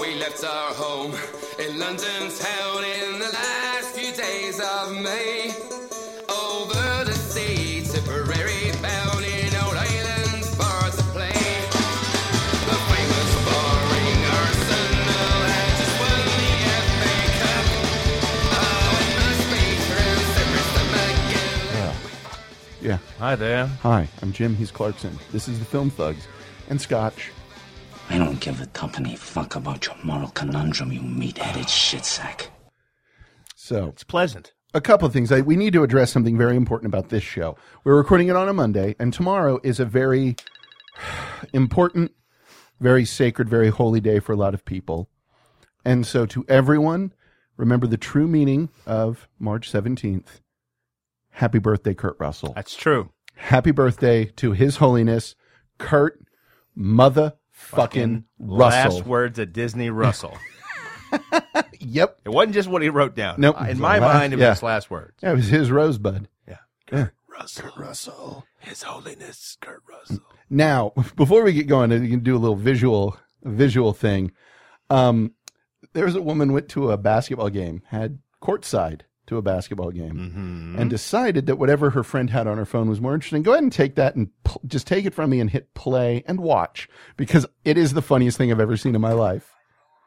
we left our home in London town in the last few days of May. Over the sea, Tipperary bound in our islands for to play. The famous boring Arsenal had just won the FA Cup. Oh, it must be through Cyprus to McGill. Yeah. Hi there. Hi, I'm Jim. He's Clarkson. This is the Film Thugs and Scotch. I don't give a company fuck about your moral conundrum, you meat-headed shitsack. So, It's pleasant. a couple of things. I, we need to address something very important about this show. We're recording it on a Monday, and tomorrow is a very important, very sacred, very holy day for a lot of people. And so, to everyone, remember the true meaning of March 17th. Happy birthday, Kurt Russell. That's true. Happy birthday to His Holiness, Kurt Motherfucking Russell. Last words of Disney Russell. Yep. it wasn't just what he wrote down. Nope. In my mind, it was Yeah. his last words. That was his rosebud. Yeah. Russell. Russell. His Holiness Kurt Russell. Now, before we get going, you can do a little visual visual thing. Um, there was a woman went to a basketball game, had courtside to a basketball game, and decided that whatever her friend had on her phone was more interesting. Go ahead and take that and pl- just take it from me and hit play and watch because it is the funniest thing I've ever seen in my life.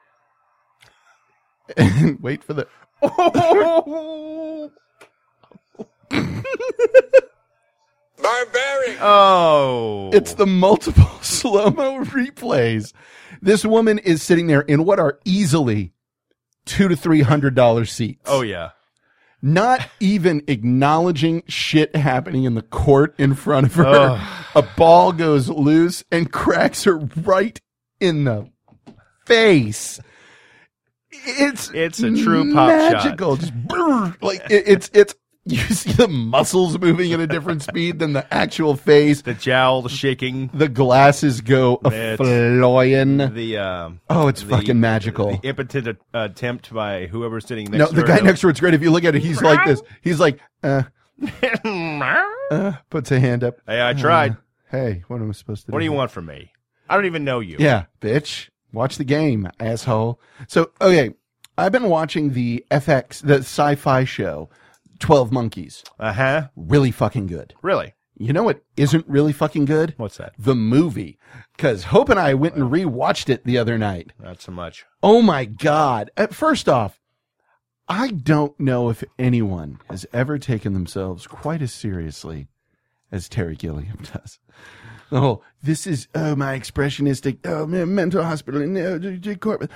And wait for the. Oh, Barbaric. oh. It's the multiple slow mo replays. This woman is sitting there in what are easily two to three hundred dollar seats. oh yeah. Not even acknowledging shit happening in the court in front of her. Ugh. A ball goes loose and cracks her right in the face. It's It's a true pop shot. magical. Just brrr. like it, it's it's you see the muscles moving at a different speed than the actual face The jowl, the shaking, the glasses go a That's- flying. the um, Oh, it's the- fucking magical. The impotent a- attempt by whoever's sitting next no, to the her guy to- next to it's great. If you look at it, he's like this. He's like, uh, uh, puts a hand up. Hey, I tried. Hey, what am I supposed to do? What do you want from me? I don't even know you. Yeah, bitch. Watch the game, asshole. So, okay, I've been watching the FX, the sci fi show, 12 Monkeys. Uh huh. Really fucking good. Really? You know what isn't really fucking good? What's that? The movie. Because Hope and I went and rewatched it the other night. Not so much. Oh my God. Uh, First off, I don't know if anyone has ever taken themselves quite as seriously as Terry Gilliam does. Oh, this is, oh, my expressionistic, oh, man, mental hospital, no, J- J- Corbett.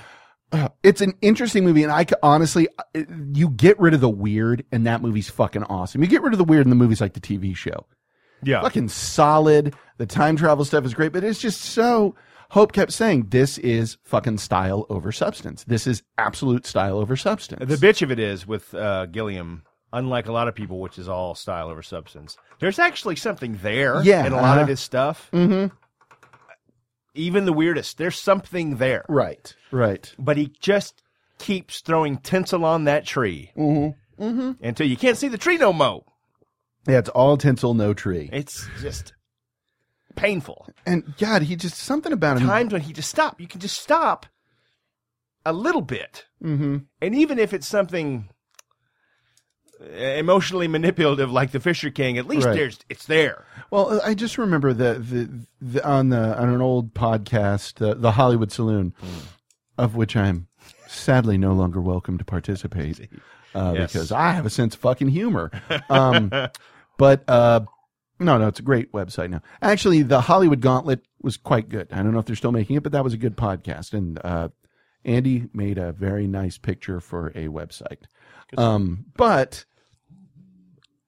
Uh, It's an interesting movie, and I c- honestly, uh, you get rid of the weird, and that movie's fucking awesome. You get rid of the weird, and the movie's like the TV show Yeah. fucking solid. The time travel stuff is great, but it's just so. Hope kept saying, "This is fucking style over substance. This is absolute style over substance." The bitch of it is with uh, Gilliam, unlike a lot of people, which is all style over substance. There's actually something there Yeah, in a lot uh-huh. of his stuff. Mm-hmm. Even the weirdest, there's something there. right, right. But he just keeps throwing tinsel on that tree mm-hmm. until you can't see the tree no more. Yeah, it's all tinsel, no tree. It's just painful. And God, he just something about him. Times when he just stop. You can just stop a little bit. hmm And even if it's something eh, emotionally manipulative like the Fisher King, at least Right. there's it's there. Well, I just remember the, the the on the on an old podcast, the, the Hollywood Saloon, of which I'm sadly no longer welcome to participate uh, Yes. because I have a sense of fucking humor. Um, but uh, no, no, it's a great website now. Actually, the Hollywood Gauntlet was quite good. I don't know if they're still making it, but that was a good podcast, and uh, Andy made a very nice picture for a website. Um, but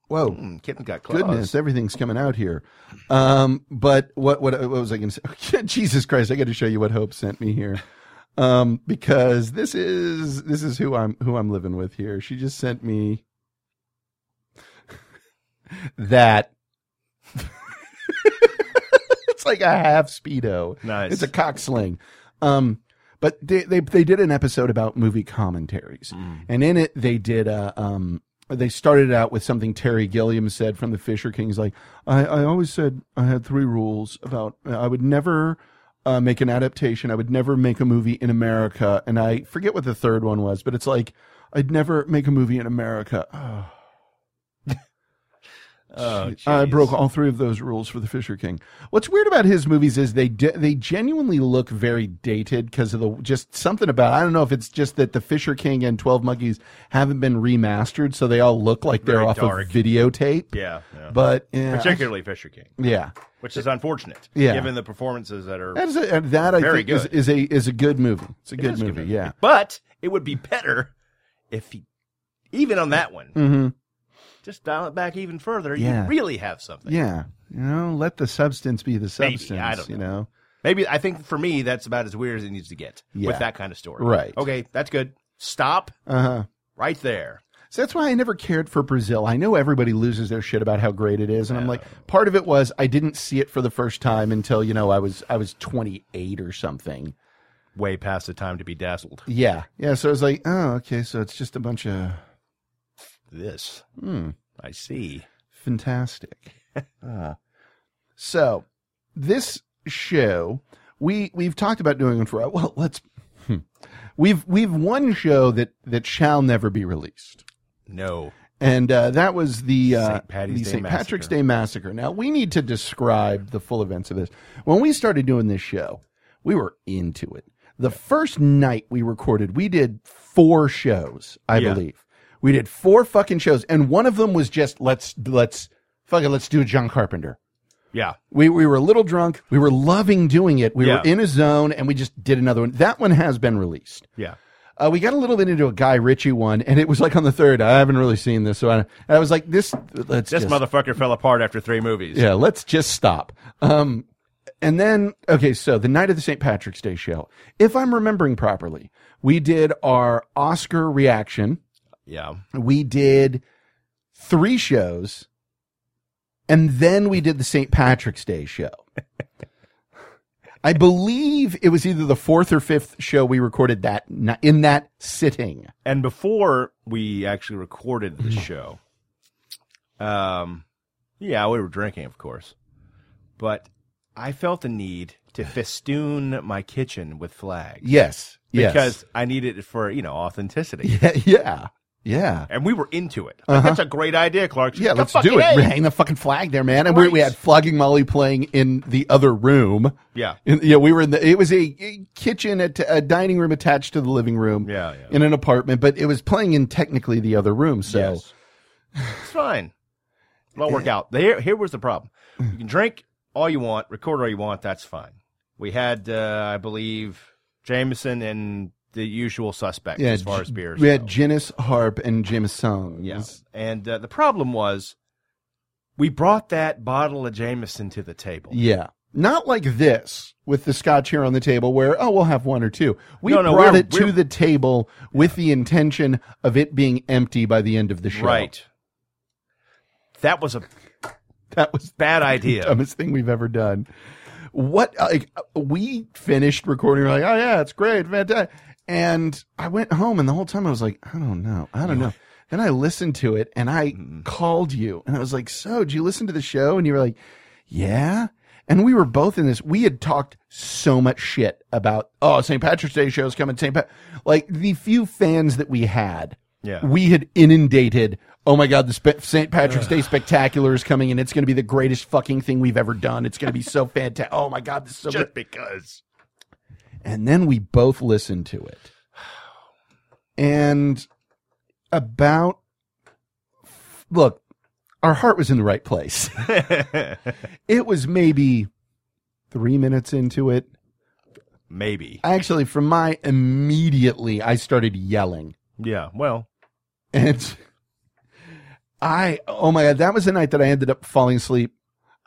whoa Mm, kitten got claws. goodness, everything's coming out here. Um, but what what what was I going to say? Jesus Christ, I got to show you what Hope sent me here, um, because this is this is who I'm who I'm living with here. She just sent me that. it's like a half speedo. Nice. It's a cocksling. Um, but they, they they did an episode about movie commentaries, and in it they did a um. They started out with something Terry Gilliam said from the Fisher Kings, like I, I always said I had three rules about I would never uh, make an adaptation. I would never make a movie in America, and I forget what the third one was, but it's like I'd never make a movie in America. Ah. Oh, I jeez. Uh, broke all three of those rules for the Fisher King. What's weird about his movies is they de- they genuinely look very dated because of the just something about I don't know if it's just that the Fisher King and Twelve Monkeys haven't been remastered, so they all look like they're Very off dark. of videotape. Yeah, yeah. But yeah, particularly Fisher King, yeah, which is unfortunate. Yeah. given the performances that are that is a, and that I Very think is, good. is a is a good movie. It's a It good is movie. Yeah. But it would be better if he, even on that one, Mm-hmm. just dial it back even further. Yeah. You really have something. Yeah. You know, let the substance be the Maybe, I substance. don't You know. Maybe I think for me that's about as weird as it needs to get Yeah. with that kind of story. Right. Okay, that's good. Stop Uh huh. right there. So that's why I never cared for Brazil. I know everybody loses their shit about how great it is, and I'm like, part of it was I didn't see it for the first time until you know I was I was 28 or something. Way past the time to be dazzled. Yeah, yeah. So I was like, oh, okay, so it's just a bunch of This hmm, I see. fantastic. Ah. so this show we we've talked about doing it for a well. Let's hmm. we've we've one show that that shall never be released. No. and uh, that was the uh, St. Paddy's the Day St. Massacre. Patrick's Day massacre. Now we need to describe the full events of this. When we started doing this show, we were into it. The first night we recorded, we did four shows, I Yeah. believe. We did four fucking shows, and one of them was just let's let's fuck it, let's do John Carpenter. Yeah. We we were a little drunk. We were loving doing it. We Yeah. were in a zone, and we just did another one. That one has been released. Yeah. Uh, we got a little bit into a Guy Ritchie one, and it was like on the third. I haven't really seen this, so I, and I was like, "This, let's This just, motherfucker fell apart after three movies. yeah, let's just stop." Um, and then okay, so the night of the St. Patrick's Day show, if I'm remembering properly, we did our Oscar reaction. Yeah. We did three shows, and then we did the St. Patrick's Day show. I believe it was either the fourth or fifth show we recorded that ni- in that sitting. And before we actually recorded the show, um, yeah, we were drinking, of course, but I felt the need to festoon my kitchen with flags Yes. Yes. because I needed it for you know authenticity, yeah, yeah, yeah. and we were into it. Like, That's a great idea, Clark. Uh-huh. Yeah, The let's fucking do it. A. Hang the fucking flag there, man. And we, we Right. had flogging Molly playing in the other room. Yeah, In, yeah, we were in the. It was a, a kitchen, at a dining room attached to the living room. Yeah, yeah. in an apartment, but it was playing in technically the other room. So Yes. it's fine. It'll all work out. Here, here was the problem: Mm. you can drink all you want, record all you want. That's fine. We had, uh, I believe, Jameson and the usual suspects yeah, as far as J- beers. we had go. Janice Harp and Jim Song. Yeah. And uh, the problem was we brought that bottle of Jameson to the table. yeah. Not like this with the scotch here on the table, where oh we'll have one or two. We No, no, brought we're- it to we're- the table with the intention of it being empty by the end of the show. Right. That was a that was bad idea. dumbest thing we've ever done. What uh, like we finished recording, we're like, oh yeah, it's great, fantastic. And I went home, and the whole time I was like, I don't know, I don't know. Then I listened to it, and I called you, and I was like, so did you listen to the show? And you were like, yeah. And we were both in this. We had talked so much shit about oh St. Patrick's Day shows coming, St. Pat, like the few fans that we had Yeah. we had inundated. Oh my God, the spe- St. Patrick's Day spectacular is coming, and it's going to be the greatest fucking thing we've ever done. It's going to be so fantastic. Oh my God, this is so good. Just because. And then we both listened to it, and about look, our heart was in the right place. it was maybe three minutes into it. Maybe. Actually, from my immediately, I started yelling. Yeah. Well, And I, oh my God, that was the night that I ended up falling asleep.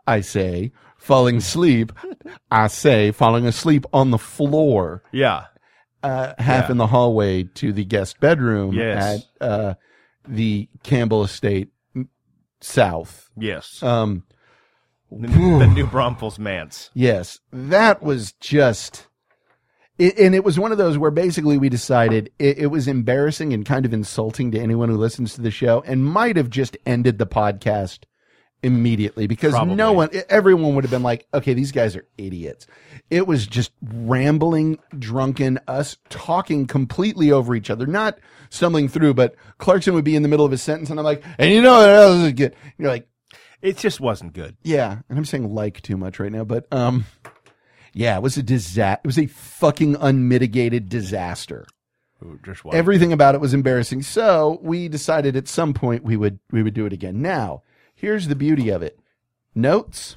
I say, falling asleep. I say, falling asleep on the floor, yeah. uh, half Yeah. in the hallway to the guest bedroom Yes. at uh, the Campbell Estate mm, South. Yes. Um, the, the new Bromfels Mance. Yes, that was just. It, and it was one of those where basically we decided it, it was embarrassing and kind of insulting to anyone who listens to the show and might have just ended the podcast immediately because no Probably. one, e, everyone would have been like, okay, these guys are idiots. It was just rambling, drunken, us talking completely over each other, not stumbling through, but Clarkson would be in the middle of a sentence and I'm like, and you know, that was good. And you're like, It just wasn't good. yeah, and I'm saying like too much right now, but um, yeah, it was a disaster. It was a fucking unmitigated disaster. Ooh, just why? Everything about it was embarrassing. So we decided at some point we would we would do it again. Now, here's the beauty of it: notes.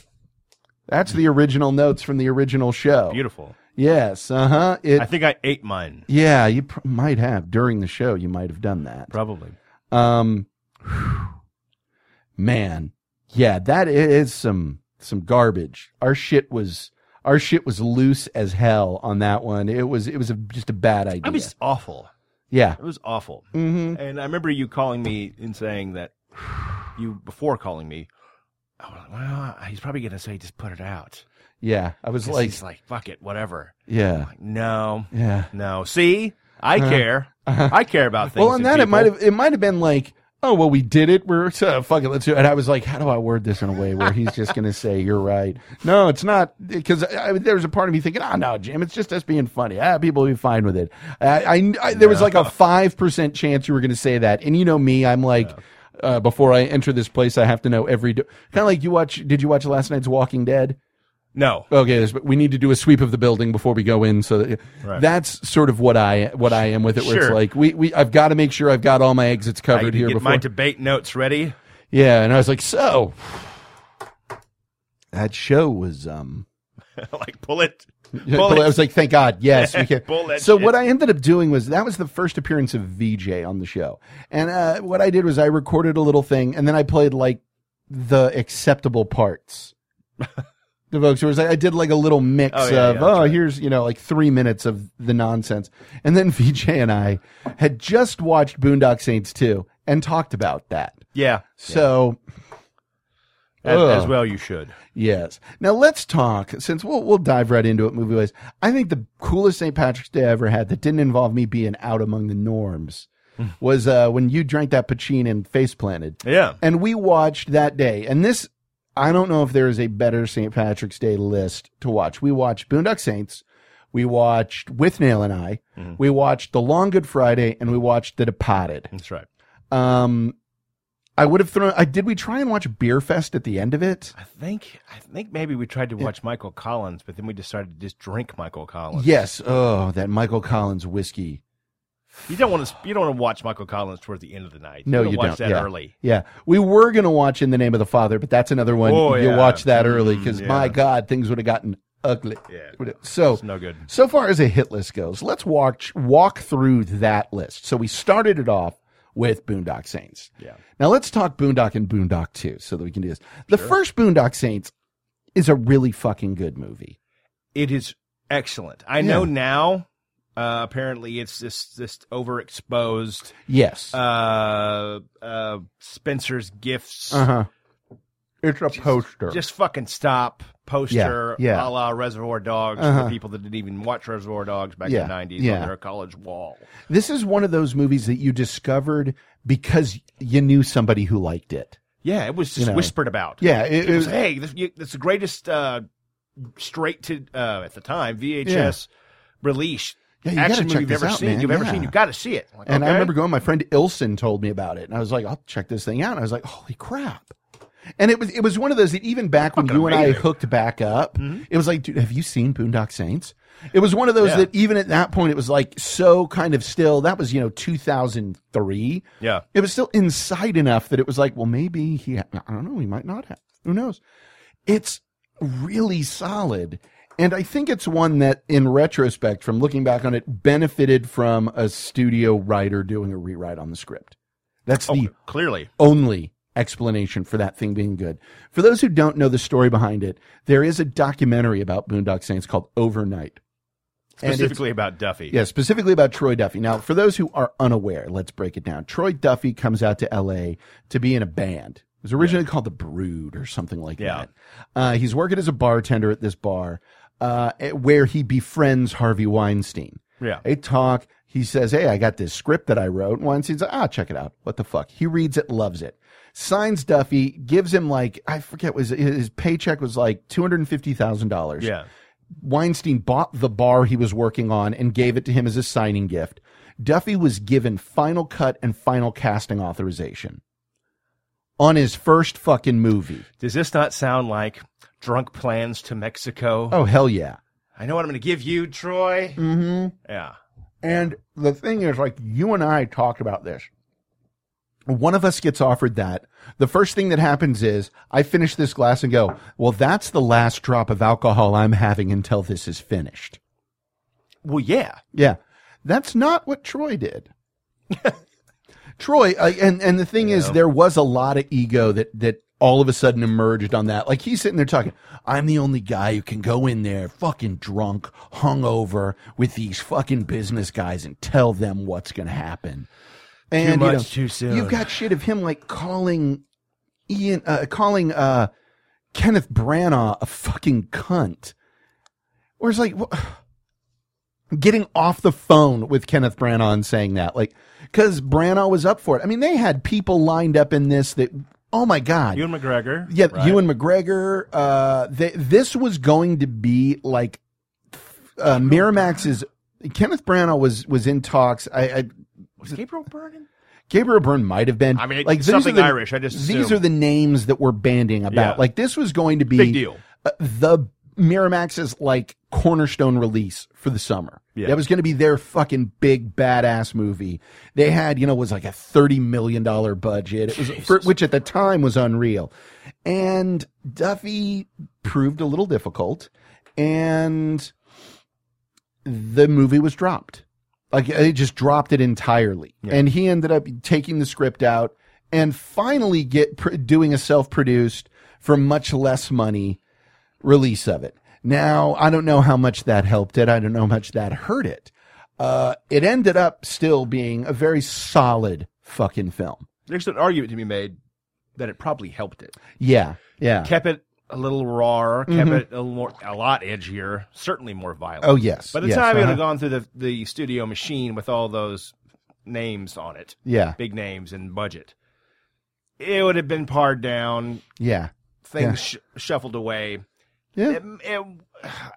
That's the original notes from the original show. Beautiful. Yes. Uh huh. It. I think I ate mine. yeah, you pr- might have during the show. You might have done that. Probably. Um, man, yeah, that i- is some some garbage. Our shit was our shit was loose as hell on that one. It was it was a, just a bad idea. It was awful. yeah. It was awful. Mm-hmm. And I remember you calling me and saying that you before calling me. I was like, well, he's probably gonna say just put it out. Yeah. I was 'Cause like, he's like, fuck it, whatever. yeah, Like, no, yeah. no. See, I Uh-huh. care. Uh-huh. I care about things. Well, on and that it people. might have it might have been like, oh well, we did it. We're uh, fuck it, let's do it. And I was like, how do I word this in a way where he's just going to say you're right? No, it's not because I, I, there was a part of me thinking, oh no, Jim, it's just us being funny. Ah, people will be fine with it. I, I, I- there was like a five percent chance you were going to say that, and you know me, I'm like. Uh, before I enter this place, I have to know every do- kind of like you watch. Did you watch last night's Walking Dead? No, okay, there's, but we need to do a sweep of the building before we go in. So that, Right. that's sort of what I what I am with it. Where it's Sure. like we, we I've got to make sure I've got all my exits I covered need to here get before. my debate notes ready. yeah, and I was like, so that show was um. like pull it. Yeah, Bullet. Bullet. I was like, thank God, yes, we can. Bullet so shit. what I ended up doing was that was the first appearance of VJ on the show, and uh, what I did was I recorded a little thing, and then I played like the acceptable parts. the folks who was like, I did like a little mix Oh, yeah, of yeah, that's oh right. here's you know like three minutes of the nonsense, and then VJ and I had just watched Boondock Saints two and talked about that. Yeah, So as, Ugh. as well you should. Yes. Now let's talk. Since we'll we'll dive right into it movie wise. I think the coolest St. Patrick's Day I ever had that didn't involve me being out among the norms was uh, when you drank that Pachin and face planted, Yeah, and we watched that day. And this, I don't know if there is a better St. Patrick's Day list to watch. We watched Boondock Saints. We watched With Nail and I. We watched The Long Good Friday, and we watched The Departed. that's right. Um, I would have thrown. I did. We try and watch Beer Fest at the end of it. I think I think maybe we tried to watch Michael Collins, but then we decided to just drink Michael Collins. Yes. Oh, that Michael Collins whiskey. you don't want to you don't want to watch Michael Collins towards the end of the night. No, wanna you watch don't. That yeah. early. Yeah. We were going to watch In the Name of the Father, but that's another one. Oh, You'll yeah. watch that early because, Mm, my yeah. God, things would have gotten ugly. Yeah. Would have- So, It's no good. so far as a hit list goes, let's watch, walk through that list. So we started it off with Boondock Saints. Yeah. Now let's talk Boondock and Boondock 2 so that we can do this. The first Boondock Saints is a really fucking good movie. It is excellent. I know now. Uh, apparently, it's this this overexposed Yes. uh, uh, Spencer's gifts. huh. Uh-huh. It's a poster. Just fucking stop poster Yeah, yeah. a la Reservoir Dogs Uh-huh. for people that didn't even watch Reservoir Dogs back Yeah, in the nineties yeah. on their college wall. This is one of those movies that you discovered because you knew somebody who liked it. Yeah, it was just know. whispered about. Yeah, it, It was, hey, this, you, this is the greatest uh, straight to uh, at the time VHS release Yeah, you gotta action check movie you've this ever out, seen. man. You've ever Yeah. seen. You've got to see it. I'm like, and I okay. remember going. My friend Ilson told me about it, and I was like, "I'll check this thing out." And I was like, "Holy crap!" And it was it was one of those that even back when you and I amazing. Mm-hmm. hooked back up, it was like, "Dude, have you seen Boondock Saints?" It was one of those Yeah. that even at that point, it was like so kind of still. That was you know two thousand three. Yeah. it was still inside enough that it was like, well, maybe he, ha- I don't know, he might not have. Who knows? It's really solid. And I think it's one that, in retrospect, from looking back on it, benefited from a studio writer doing a rewrite on the script. That's Oh, the clearly, only explanation for that thing being good. For those who don't know the story behind it, there is a documentary about Boondock Saints called Overnight. And it's- specifically about Duffy. yeah, specifically about Troy Duffy. Now, for those who are unaware, let's break it down. Troy Duffy comes out to LA to be in a band. It was originally called The Brood or something like Yeah. that. Uh, he's working as a bartender at this bar uh, where he befriends Harvey Weinstein. Yeah. They talk. He says, Hey, I got this script that I wrote. And once he's like, Ah, check it out. What the fuck? He reads it, loves it. Signs Duffy, gives him like, I forget, was his paycheck was like $250,000. Yeah. Weinstein bought the bar he was working on and gave it to him as a signing gift. Duffy was given final cut and final casting authorization on his first fucking movie. Does this not sound like drunk plans to Mexico? Oh, hell yeah. I know what I'm going to give you, Troy. Mm-hmm. Yeah. And the thing is, like you and I talked about this. One of us gets offered that. The first thing that happens is I finish this glass and go, well, that's the last drop of alcohol I'm having until this is finished. Well, yeah. Yeah. That's not what Troy did. Troy, I, and, and the thing is, there was a lot of ego that, that all of a sudden emerged on that. Like he's sitting there talking, I'm the only guy who can go in there fucking drunk, hungover with these fucking business guys and tell them what's going to happen. And much, you know, too soon. You've got shit of him like calling Ian, uh, calling, uh, Kenneth Branagh a fucking cunt. Or it's like, wha- getting off the phone with Kenneth Branagh and saying that, like, because Branagh was up for it. I mean, they had people lined up in this that, oh my god, Ewan McGregor. yeah, right? Ewan McGregor. Uh, they, this was going to be like uh, Miramax's. Kenneth Branagh was was in talks. I, I Was Gabriel Byrne? Gabriel Byrne might have been. I mean, like these are something the- Irish, I just these assume. are the names that we're banding about. Yeah. Like this was going to be Big deal. uh, the Miramax's like cornerstone release for the summer. Yeah. That was going to be their fucking big badass movie. They had, you know, it was like a $30 million budget. It was, for, which at the time was unreal. And Duffy proved a little difficult and the movie was dropped. Like they just dropped it entirely. And he ended up taking the script out and finally get pr- doing a self-produced for much less money release of it. Now, I don't know how much that helped it. I don't know how much that hurt it. Uh, it ended up still being a very solid fucking film. There's an argument to be made that it probably helped it. Yeah. Yeah. Kept it a little raw, kept it a, little more, a lot edgier, certainly more violent. Mm-hmm. Oh, yes. By the yes, time it would uh-huh. have gone through the, the studio machine with all those names on it, Yeah. big names and budget, it would have been pared down, Yeah. things sh- shuffled away. Yeah. It- it-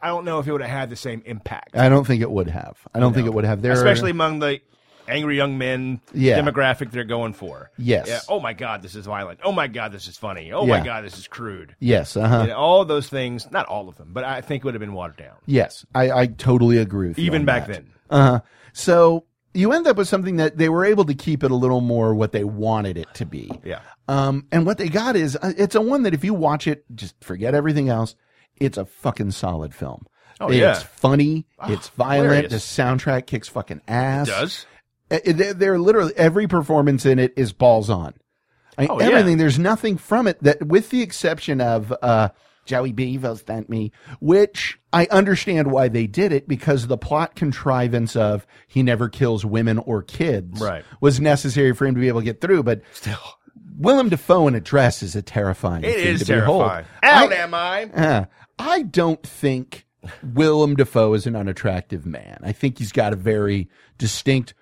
I don't know if it would have had the same impact, I don't think it would have. I don't think it would have. There, are- especially among the angry young men Yeah. demographic they're going for. Yes. Yeah, oh my God, this is violent. Oh my God, this is funny. Oh Yeah. my God, this is crude. Yes. Uh huh. And all of those things, not all of them, but I think would have been watered down. Yes. I, I totally agree with you. Even on back that. then. Uh-huh. So you end up with something that they were able to keep it a little more what they wanted it to be. Yeah. Um, and what they got is uh, it's a one that if you watch it, just forget everything else. It's a fucking solid film. Oh, it's yeah. Ah, funny. It's violent. hilarious. The soundtrack kicks fucking ass. Does? Uh, They're, they're literally every performance in it is balls on. I mean, Oh, yeah. everything. There's nothing from it that, with the exception of uh, Joey Beavers sent me, which I understand why they did it because the plot contrivance of he never kills women or kids Right. was necessary for him to be able to get through. But Still. Willem Dafoe in a dress is a terrifying. It thing is to behold. terrifying. Out am I? Uh, I don't think Willem Dafoe is an unattractive man. I think he's got a very distinct,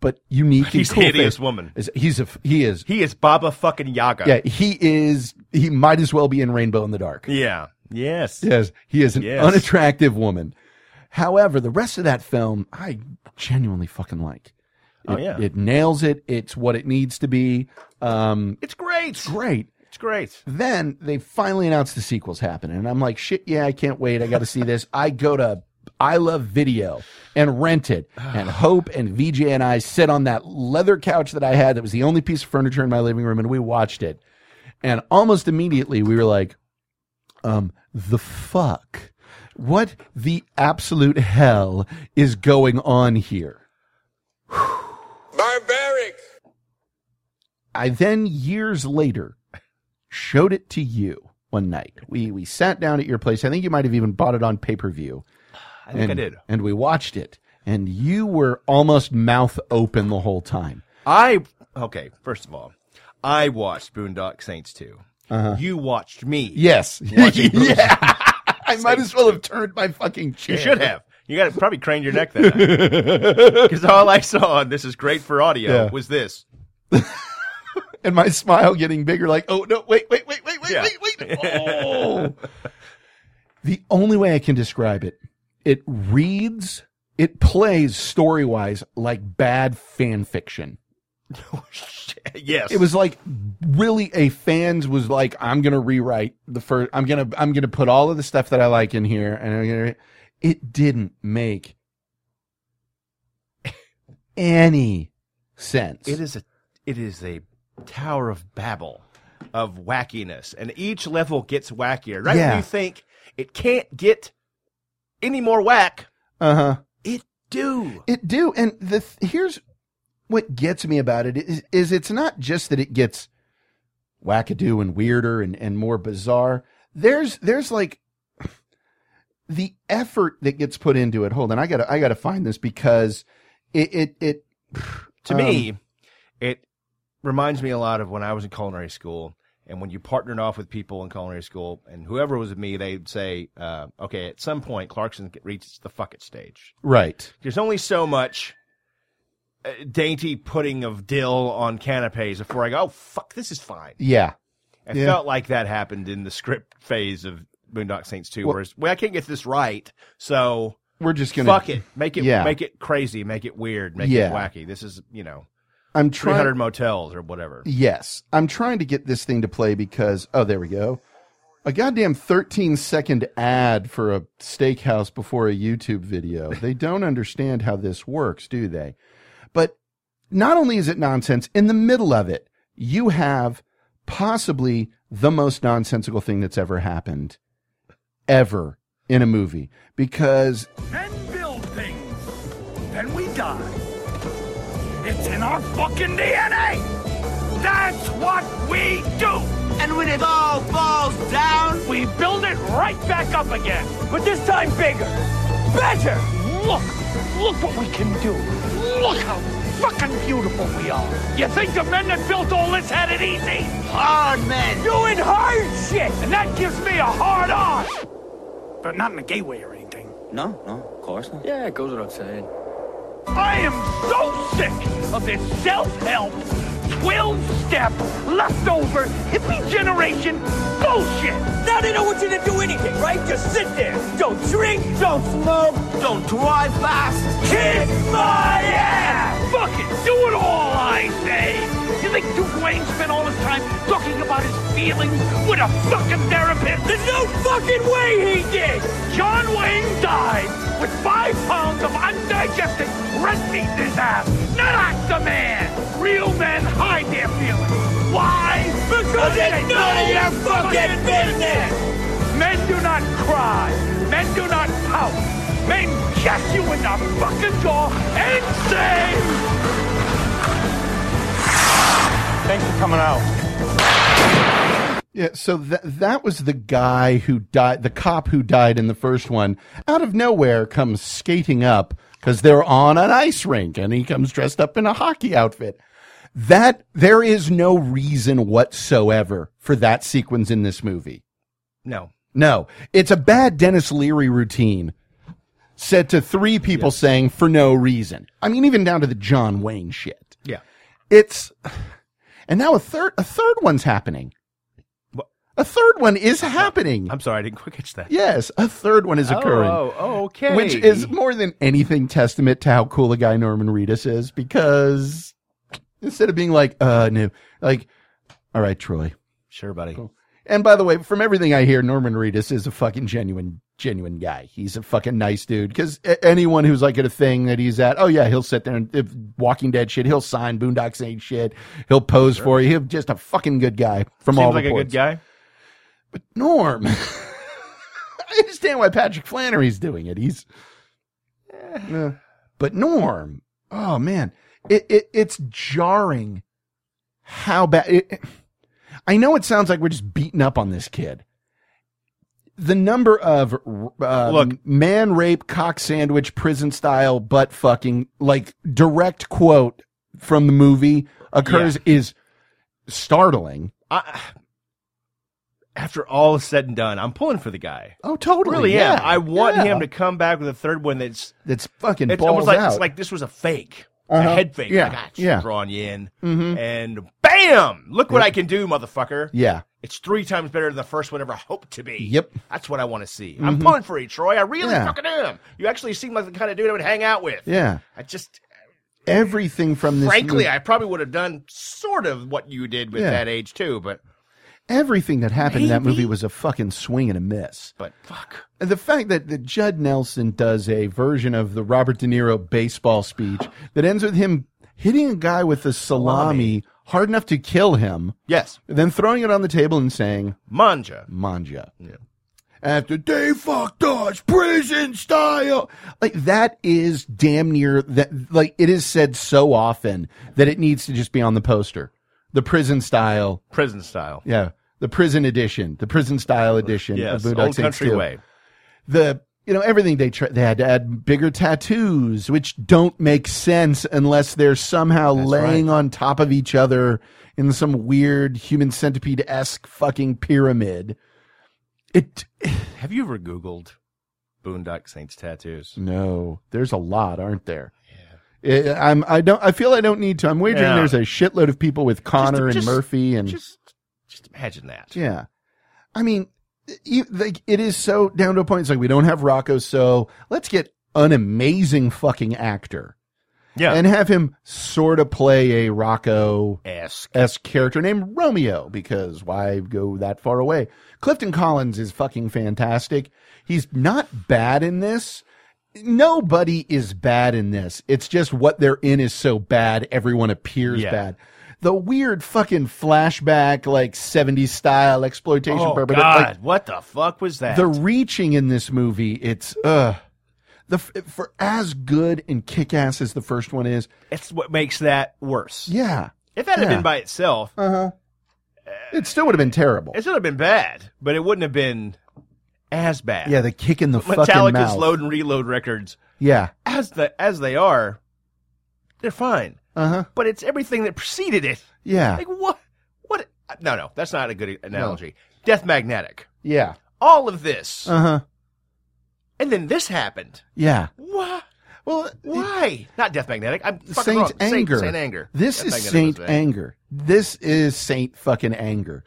but unique. and He's a cool hideous face. woman. Is- He's a f- he is He is Baba fucking Yaga. yeah he is he might as well be in Rainbow in the Dark. Yeah. Yes. Yes, he is an Yes. unattractive woman. However, the rest of that film, I genuinely fucking like. Oh, It- yeah. it nails it. It's what it needs to be. Um, It's great. great. It's great. then they finally announced the sequel's happening. And I'm like, shit, yeah, I can't wait. I got to see this. I go to I Love Video and rent it. And Hope and VJ and I sit on that leather couch that I had that was the only piece of furniture in my living room and we watched it. And almost immediately we were like, um, the fuck? What the absolute hell is going on here? Barbaric! I then years later showed it to you one night. We we sat down at your place. I think you might have even bought it on pay per view. I think and, I did. And we watched it. And you were almost mouth open the whole time. I okay. First of all, I watched Boondock Saints 2 Uh-huh. You watched me. Yes. Watching yeah. I might as well have turned my fucking chair. You should have. You got to probably crane your neck that night. Because all I saw, and this is great for audio, Yeah. was this. and my smile getting bigger like oh no wait wait wait wait wait Yeah. wait wait oh the only way i can describe it it reads it plays story-wise like bad fan fiction yes. it was like really a fans was like i'm gonna rewrite the first i'm gonna i'm gonna put all of the stuff that i like in here and I'm gonna, it didn't make any sense It is a it is a tower of Babel of wackiness, and each level gets wackier. Right Yeah. when you think it can't get any more whack, uh-huh it do. It do, and the th- here's what gets me about it is, is it's not just that it gets wackadoo and weirder and, and more bizarre. There's there's like the effort that gets put into it. Hold on, I gotta I gotta find this because it it, it To Um, me, it reminds me a lot of when I was in culinary school, and when you partnered off with people in culinary school, and whoever was with me, they'd say, uh, "Okay, at some point, Clarkson reaches the fuck it stage." right. There's only so much uh, dainty pudding of dill on canapes before I go, "Oh fuck, this is fine." Yeah, I Yeah. felt like that happened in the script phase of Boondock Saints 2, Well- whereas well, I can't get this right, so we're just gonna fuck it, make it, Yeah. make it crazy, make it weird, make Yeah. it wacky. This is you know I'm three trying. hundred motels or whatever. Yes, I'm trying to get this thing to play because oh, there we go. A goddamn 13 second ad for a steakhouse before a YouTube video. They don't understand how this works, do they? But not only is it nonsense, in the middle of it, you have possibly the most nonsensical thing that's ever happened ever in a movie because and build things. Then we die. It's in our fucking DNA. That's what we do. And when it all falls down, We build it right back up again, but this time bigger, better. Look, look what we can do. Look how fucking beautiful we are. You think the men that built all this had it easy? hard men. Doing hard shit, and that gives me a hard on. But not in a gay way or anything. No, no, of course not. Yeah, it goes without saying. I am so sick of this self-help, 12-step, leftover, hippie generation bullshit. Now they don't want you to do anything, right? Just sit there. Don't drink, don't smoke, Don't drive fast. kiss my ass. Fuck it, do it all, I say. You think Duke Wayne spent all his time talking about his feelings with a fucking therapist? There's no fucking way he did. John Wayne died with five pounds of undigested red meat in his ass. Not act the man. Real men hide their feelings. Why? Because it's none of your fucking business. Men do not cry. Men do not pout. Men kick you in the fucking jaw and say. Thanks for coming out. Yeah, so that that was the guy who died, the cop who died in the first one. Out of nowhere comes skating up because they're on an ice rink, and he comes dressed up in a hockey outfit. That there is no reason whatsoever for that sequence in this movie. No, No, it's a bad Dennis Leary routine set to three people saying for no reason. I mean, even down to the John Wayne shit. yeah, It's and now a third a third one's happening. What? A third one is happening. I'm sorry, I didn't quite catch that. Yes, a third one is occurring. Oh, oh, okay. Which is more than anything testament to how cool a guy Norman Reedus is because instead of being like, uh, no, like, all right, Troy. sure, buddy. And by the way, from everything I hear, Norman Reedus is a fucking genuine, genuine guy. He's a fucking nice dude. Cause a- anyone who's like at a thing that he's at, oh yeah, he'll sit there and if Walking Dead shit, he'll sign Boondock Saints shit. He'll pose for you. He'll just a fucking good guy from all Seems like a reports. good guy. Norm. I understand why Patrick Flannery's doing it. He's, Eh. Yeah. but Norm. Oh man, it, it it's jarring. How bad? It, it- I know it sounds like we're just beating up on this kid. The number of uh, Look. man rape, cock sandwich, prison style, butt fucking, like direct quote from the movie occurs is startling. I, after all is said and done, I'm pulling for the guy. Oh, totally. Really yeah. am. I want yeah. him to come back with a third one that's That's fucking it's balls almost like out. it's like this was a fake, Uh-huh. a head fake. Yeah, Like, ah, it's yeah. Mm-hmm. drawn you in, and bam! Look what I can do, motherfucker. yeah. It's three times better than the first one ever hoped to be. Yep. That's what I want to see. I'm pulling for you, Troy. I really Mm-hmm. Yeah. fucking am. You actually seem like the kind of dude I would hang out with. Yeah. I just, Everything from this frankly, movie- I probably would have done sort of what you did with Yeah. that age too. But, everything that happened in that Maybe. movie was a fucking swing and a miss. but fuck. And the fact that, that Judd Nelson does a version of the Robert De Niro baseball speech that ends with him hitting a guy with a salami hard enough to kill him, Yes, then throwing it on the table and saying, manja. Manja. After they fucked us, prison style. Like that is damn near that. Like it is said so often that it needs to just be on the poster. The prison style. prison style. Yeah. The prison edition, the prison style edition Yes, of Boondock old Saints country 2. way. The, you know, everything they tr- they had to add bigger tattoos, which don't make sense unless they're somehow laying on top of each other in some weird human centipede esque fucking pyramid. It, Have you ever Googled Boondock Saints tattoos? No, there's a lot, aren't there? Yeah. I'm. I don't. I feel I don't need to. I'm wagering Yeah. there's a shitload of people with Connor and just- Murphy and Just, just imagine that. yeah. I mean, you, like it is so down to a point. It's like we don't have Rocco, so let's get an amazing fucking actor Yeah. and have him sort of play a Rocco Ask. esque character named Romeo because why go that far away? Clifton Collins is fucking fantastic. He's not bad in this. Nobody is bad in this. It's just what they're in is so bad, everyone appears Yeah. bad. The weird fucking flashback, like 70s style exploitation Oh, purpose. God. Like, what the fuck was that? the reaching in this movie, it's, uh, the, f- for as good and kick ass as the first one is, it's what makes that worse. yeah, If that had Yeah. been by itself, it still would have been terrible. it should have been bad, but it wouldn't have been as bad. Yeah, the kick in the fucking Metallica's mouth. load and reload records, Yeah. as the as they are, they're fine. Uh huh. But it's everything that preceded it. Yeah. Like what? What? No, no, that's not a good analogy. Death Magnetic. Yeah. All of this, Uh huh. and then this happened. Yeah. What? Well, Why? Not Death Magnetic. I'm fucking Saint wrong. Anger. Saint, Saint Anger. This Death is Magnetic Saint was bad. Anger. This is Saint fucking Anger.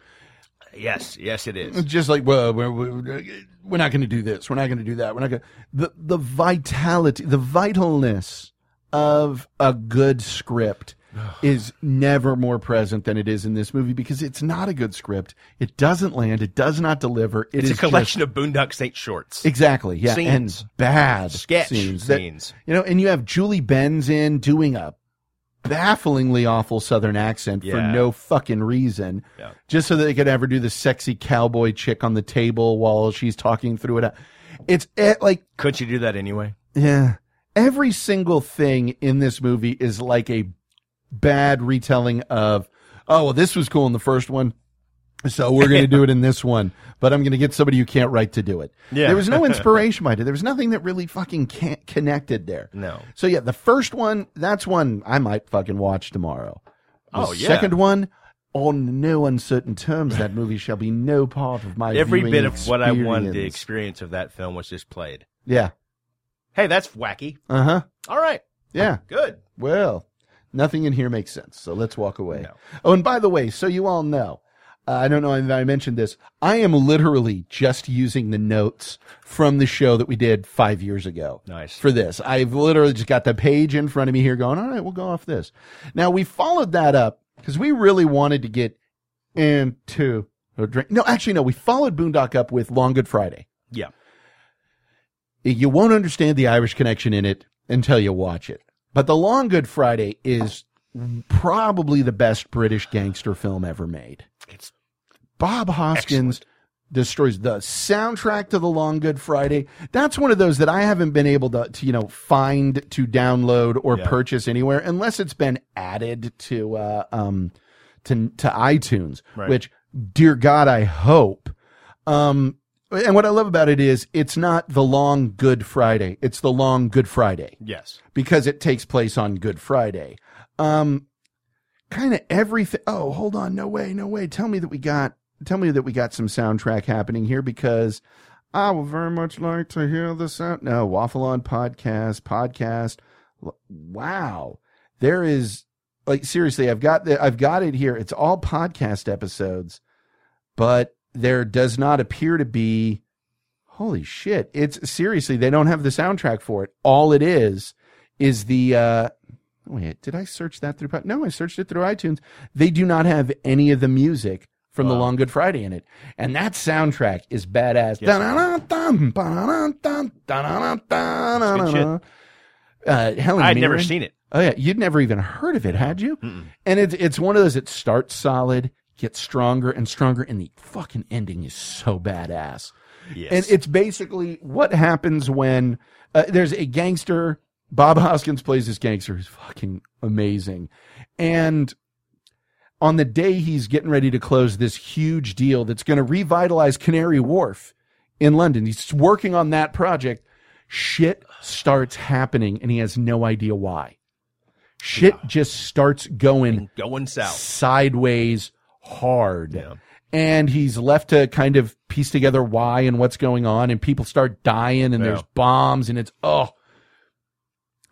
Yes, yes, it is. Just like, well, we're, we're, we're not going to do this. We're not going to do that. We're not going to. The, the vitality, the vitalness of a good script is never more present than it is in this movie because it's not a good script. It doesn't land. It does not deliver. It It's a is collection of Boondock Saint shorts. Exactly. Yeah. Scenes. And bad Sketch scenes. scenes. You know, and you have Julie Benz in doing a bafflingly awful Southern accent for Yeah. no fucking reason, Yeah. just so that they could have her do the sexy cowboy chick on the table while she's talking through it. It's eh, like, Couldn't you do that anyway? yeah, every single thing in this movie is like a bad retelling of, oh, well, this was cool in the first one. So we're going to do it in this one, but I'm going to get somebody who can't write to do it. Yeah. There was no inspiration behind it. There was nothing that really fucking can connected there. No. So yeah, the first one, that's one I might fucking watch tomorrow. The Oh, yeah. Second one, on no uncertain terms, that movie shall be no part of my Every viewing bit of what I wanted the experience. experience of that film was just played. Yeah. Hey, that's wacky. Uh huh. All right, Yeah. good. Well, nothing in here makes sense. So let's walk away. No. Oh, and by the way, so you all know, uh, I don't know if I mentioned this. I am literally just using the notes from the show that we did five years ago. Nice. For this, I've literally just got the page in front of me here going, all right, we'll go off this. Now we followed that up because we really wanted to get into a drink. No, actually, no, we followed Boondock up with Long Good Friday. Yeah, You won't understand the Irish connection in it until you watch it. But The Long Good Friday is probably the best British gangster film ever made. it's Bob Hoskins destroys the soundtrack to The Long Good Friday. That's one of those that I haven't been able to, to you know, find to download or Yeah. purchase anywhere unless it's been added to uh, um to to iTunes, Right. which dear god I hope. Um and what I love about it is it's not The Long Good Friday. It's The Long Good Friday yes. because it takes place on Good Friday. Um, kind of everything. Oh, hold on. No way. No way. Tell me that we got tell me that we got some soundtrack happening here because I would very much like to hear the sound. No, Waffle on podcast, podcast. L- Wow, there is like seriously, I've got the, I've got it here. It's all podcast episodes, but there does not appear to be. Holy shit! It's seriously they don't have the soundtrack for it. All it is is the. uh Wait, did I search that through? pod- No, I searched it through iTunes. They do not have any of the music from the Long Good Friday in it, and that soundtrack is badass. Dun-dun-dun-dun, ba-dun-dun-dun, dun-dun-dun-dun-dun-dun. Uh, Helen I'd never Mirren. seen it. Oh yeah, you'd never even heard of it, had you? And it's it's one of those that starts solid, gets stronger and stronger, and the fucking ending is so badass. Yes. And it's basically what happens when uh, there's a gangster. Bob Hoskins plays this gangster who's fucking amazing, and on the day he's getting ready to close this huge deal that's going to revitalize Canary Wharf in London, he's working on that project. Shit starts happening, and he has no idea why. Shit just starts going going south. sideways hard. Yeah. And he's left to kind of piece together why and what's going on, and people start dying, and there's Yeah. bombs, and it's oh,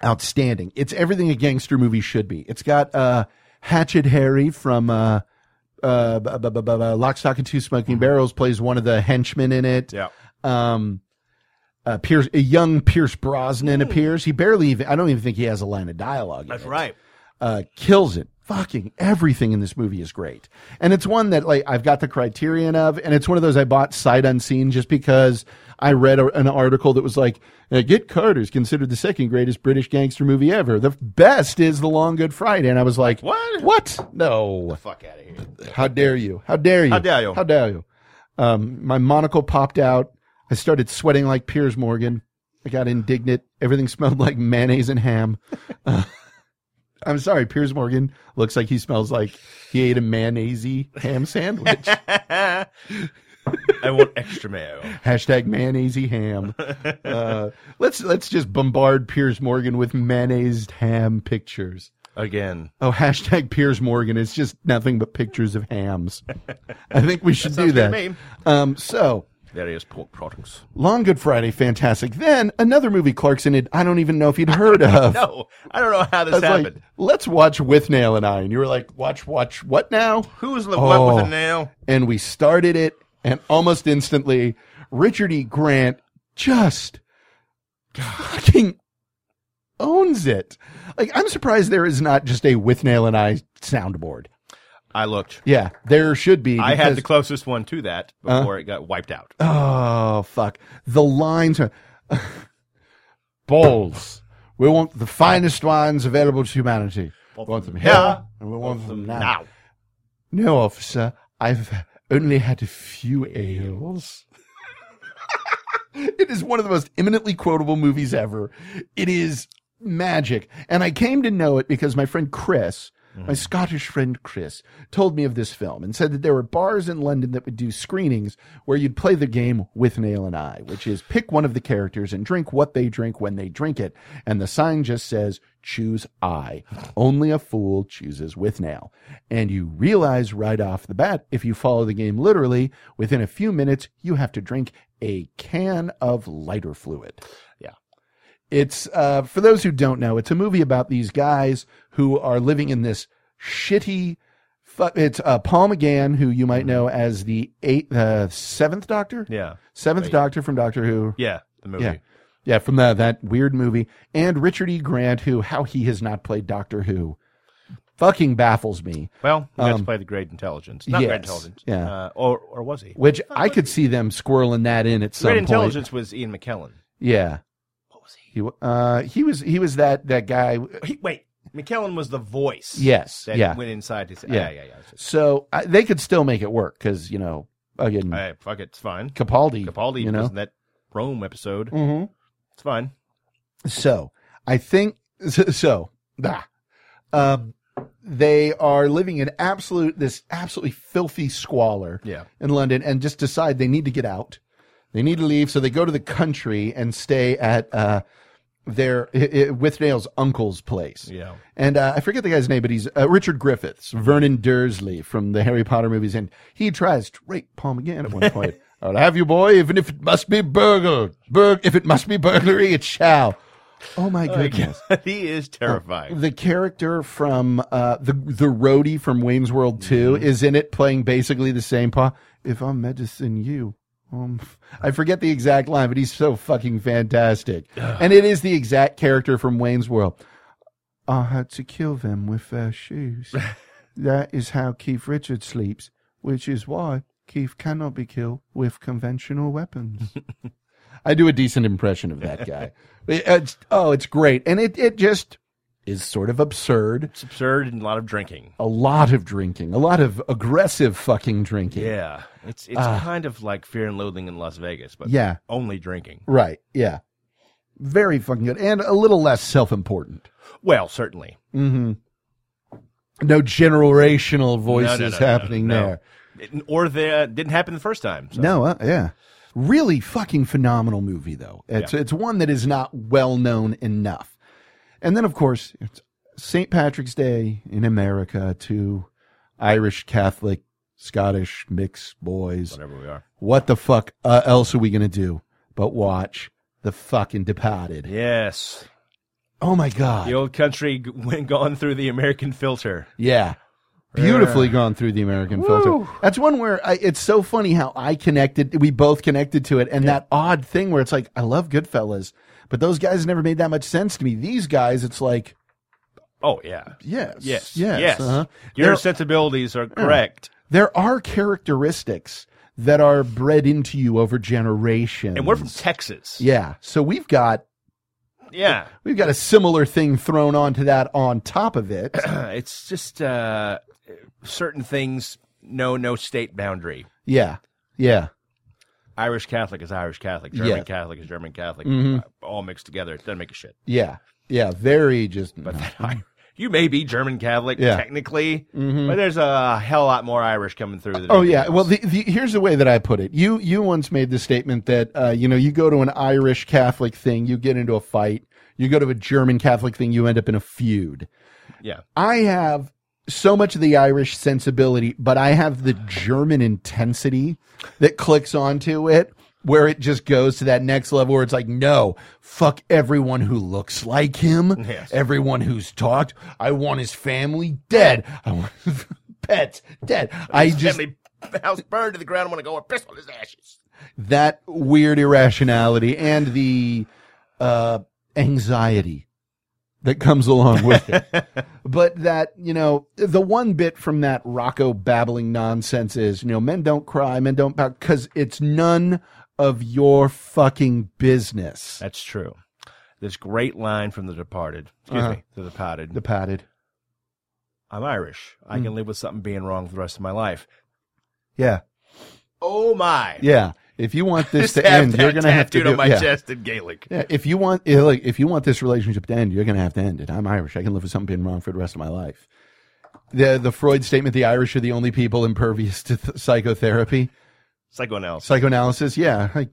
outstanding. It's everything a gangster movie should be. It's got uh, Hatchet Harry from uh, uh, bu- bu- bu- bu- bu- Lock, Stock, and Two Smoking Barrels plays one of the henchmen in it Mm-hmm. Yeah. um uh, Pierce, a young Pierce Brosnan appears. He barely even, I don't even think he has a line of dialogue. in Mm. That's it. right. Uh, kills it. Fucking everything in this movie is great. And it's one that like I've got the criterion of, and it's one of those I bought sight unseen just because I read a, an article that was like, uh, Get Carter's considered the second greatest British gangster movie ever. The best is The Long Good Friday. And I was like, What? What? No. Fuck out of here. How dare you? How dare you? How dare you? How dare you? Um, my monocle popped out. I started sweating like Piers Morgan. I got indignant. Everything smelled like mayonnaise and ham. Uh, I'm sorry, Piers Morgan looks like he smells like he ate a mayonnaise ham sandwich. I want extra mayo. Hashtag mayonnaise ham. Uh, let's let's just bombard Piers Morgan with mayonnaise ham pictures. Again. Oh, hashtag Piers Morgan. It's just nothing but pictures of hams. I think we should do sounds good that. to me. Um, so Various pork products. Long Good Friday, fantastic. Then another movie Clarkson had, I don't even know if you'd heard of. No, I don't know how I this was like, happened. let's watch With Nail and I. And you were like, watch, watch, what now? Who's the what with Oh. a nail? And we started it, and almost instantly, Richard E. Grant just fucking owns it. Like, I'm surprised there is not just a With Nail and I soundboard. I looked. Yeah, there should be. I had because- Uh-huh. the closest one to that before it got wiped out. Oh fuck! The lines are balls. We want the finest wines available to humanity. We want them here, here, and we want them now. Now, No, officer, I've only had a few ales. it is one of the most eminently quotable movies ever. It is magic, and I came to know it because my friend Chris. My Scottish friend Chris told me of this film and said that there were bars in London that would do screenings where you'd play the game with nail and eye, which is pick one of the characters and drink what they drink when they drink it. And the sign just says, choose I. Only a fool chooses with nail. And you realize right off the bat, if you follow the game literally, within a few minutes, you have to drink a can of lighter fluid. It's uh, for those who don't know, it's a movie about these guys who are living in this shitty. Fu- it's uh, Paul McGann, who you might know as the eighth, uh, seventh Doctor, yeah, seventh Wait. Doctor from Doctor Who. yeah, the movie. Yeah. Yeah, from that that weird movie, and Richard E. Grant, who how he has not played Doctor Who, fucking baffles me. Well, he got Um, to play the great intelligence, not yes, great intelligence. yeah. uh, or or was he? Which I could see them squirreling that in at some great point. intelligence was Ian McKellen. Yeah. What was he? uh, he was he was that that guy. He, wait, McKellen was the voice. Yes, that yeah. went inside his. Yeah. Yeah, yeah, yeah. It's just- So I, they could still make it work because you know again Hey, fuck it, it's fine. Capaldi, Capaldi you know. was in that Rome episode. Mhm. It's fine. So I think so. so, ah. um, they are living in absolute this absolutely filthy squalor Yeah. in London, and just decide they need to get out. They need to leave, so they go to the country and stay at uh, their i i with nails uncle's place. Yeah. and uh, I forget the guy's name, but he's uh, Richard Griffiths, Vernon Dursley from the Harry Potter movies, and he tries to rape Paul McGann at one point. I'll have you, boy, even if it must be burgled. Burg, if it must be burglary, it shall. Oh my goodness! he is terrifying. The character from uh, the the roadie from Wayne's World 2 is in it, playing basically the same paw. If I'm medicine, you. Um, I forget the exact line, but he's so fucking fantastic, and it is the exact character from Wayne's World. I had to kill them with their shoes. that is how Keith Richards sleeps, which is why Keith cannot be killed with conventional weapons. I do a decent impression of that guy. It's- oh, it's great, and it it just is sort of absurd. It's absurd and a lot of drinking. A lot of drinking, a lot of aggressive fucking drinking. Yeah, it's it's kind of like Fear and Loathing in Las Vegas, but Ah. Yeah. only drinking. Right. Yeah. Very fucking good, and a little less self important. Well, certainly. No generational voices no, happening no. there. It- or they uh, didn't happen the first time. So. No, uh, yeah. Really fucking phenomenal movie though. It's Yeah. it's one that is not well known enough. And then of course, it's St. Patrick's Day in America to Irish Catholic Scottish mixed boys. whatever we are. What the fuck uh, else are we going to do but watch The fucking Departed? Yes, Oh my god. the old country g- went gone through the American filter. Yeah. Beautifully gone through the American filter. That's one where I, it's so funny how I connected, we both connected to it, and that odd thing where it's like, I love Goodfellas, but those guys never made that much sense to me. These guys, it's like, Oh yeah, yes, yes, yes, uh-huh. Your There- sensibilities are correct, There are characteristics that are bred into you over generations. and we're from Texas. yeah, so we've got yeah. we've got a similar thing thrown onto that on top of it. It's just uh, certain things. No, no state boundary. yeah, yeah, Irish Catholic is Irish Catholic. German Yeah. Mm-hmm. Catholic is German Catholic. uh, All mixed together. It doesn't make a shit. yeah, yeah. Very just, But that I- you may be German Catholic Yeah. Mm-hmm. technically, but there's a hell lot more Irish coming through. Than Oh anything yeah. else. Well, the, the, here's the way that I put it. You you once made the statement that uh, you know you go to an Irish Catholic thing, you get into a fight. You go to a German Catholic thing, you end up in a feud. yeah. I have so much of the Irish sensibility, but I have the German intensity that clicks onto it where it just goes to that next level where it's like, no, fuck everyone who looks like him, Yes. everyone who's talked. I want his family dead. I want pets dead. I just Family house burned to the ground. I want to go and piss on his ashes. that weird irrationality and the uh, anxiety that comes along with it. but that, you know, the one bit from that Rocco babbling nonsense is, you know, men don't cry, men don't pout, because it's none of your fucking business. That's true. This great line from The Departed. Excuse me, The Departed. Uh-huh. The Mm. padded. I'm Irish. I can live with something being wrong for the rest of my life. Yeah. Oh my! Yeah. If you want this Just to have end, that you're going to have to tattooed do on my yeah. chest in Gaelic. Yeah, if you want, yeah, like, if you want this relationship to end, you're going to have to end it. I'm Irish. I can live with something being wrong for the rest of my life. The the Freud statement: the Irish are the only people impervious to th- psychotherapy, Psychoanalysis. psychoanalysis. Yeah, like,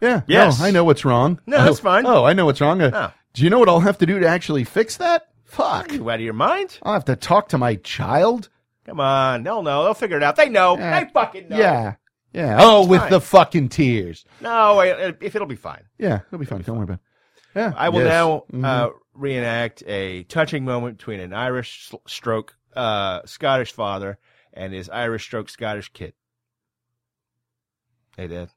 yeah. Yes. no, I know what's wrong. No, oh, that's fine. Oh, I know what's wrong. Uh, Yeah. Do you know what I'll have to do to actually fix that? Fuck! You out of your mind? I'll have to talk to my child. Come on, they'll know. They'll figure it out. They know. Yeah. They fucking know. Yeah, yeah. Oh, with fine. the fucking tears. No, I- I- if it'll be fine. Yeah, it'll be fine. Don't worry about. it. Yeah, I will Yes. now Mhm. uh, reenact a touching moment between an Irish sl- stroke uh, Scottish father and his Irish stroke Scottish kid. Hey, Dad.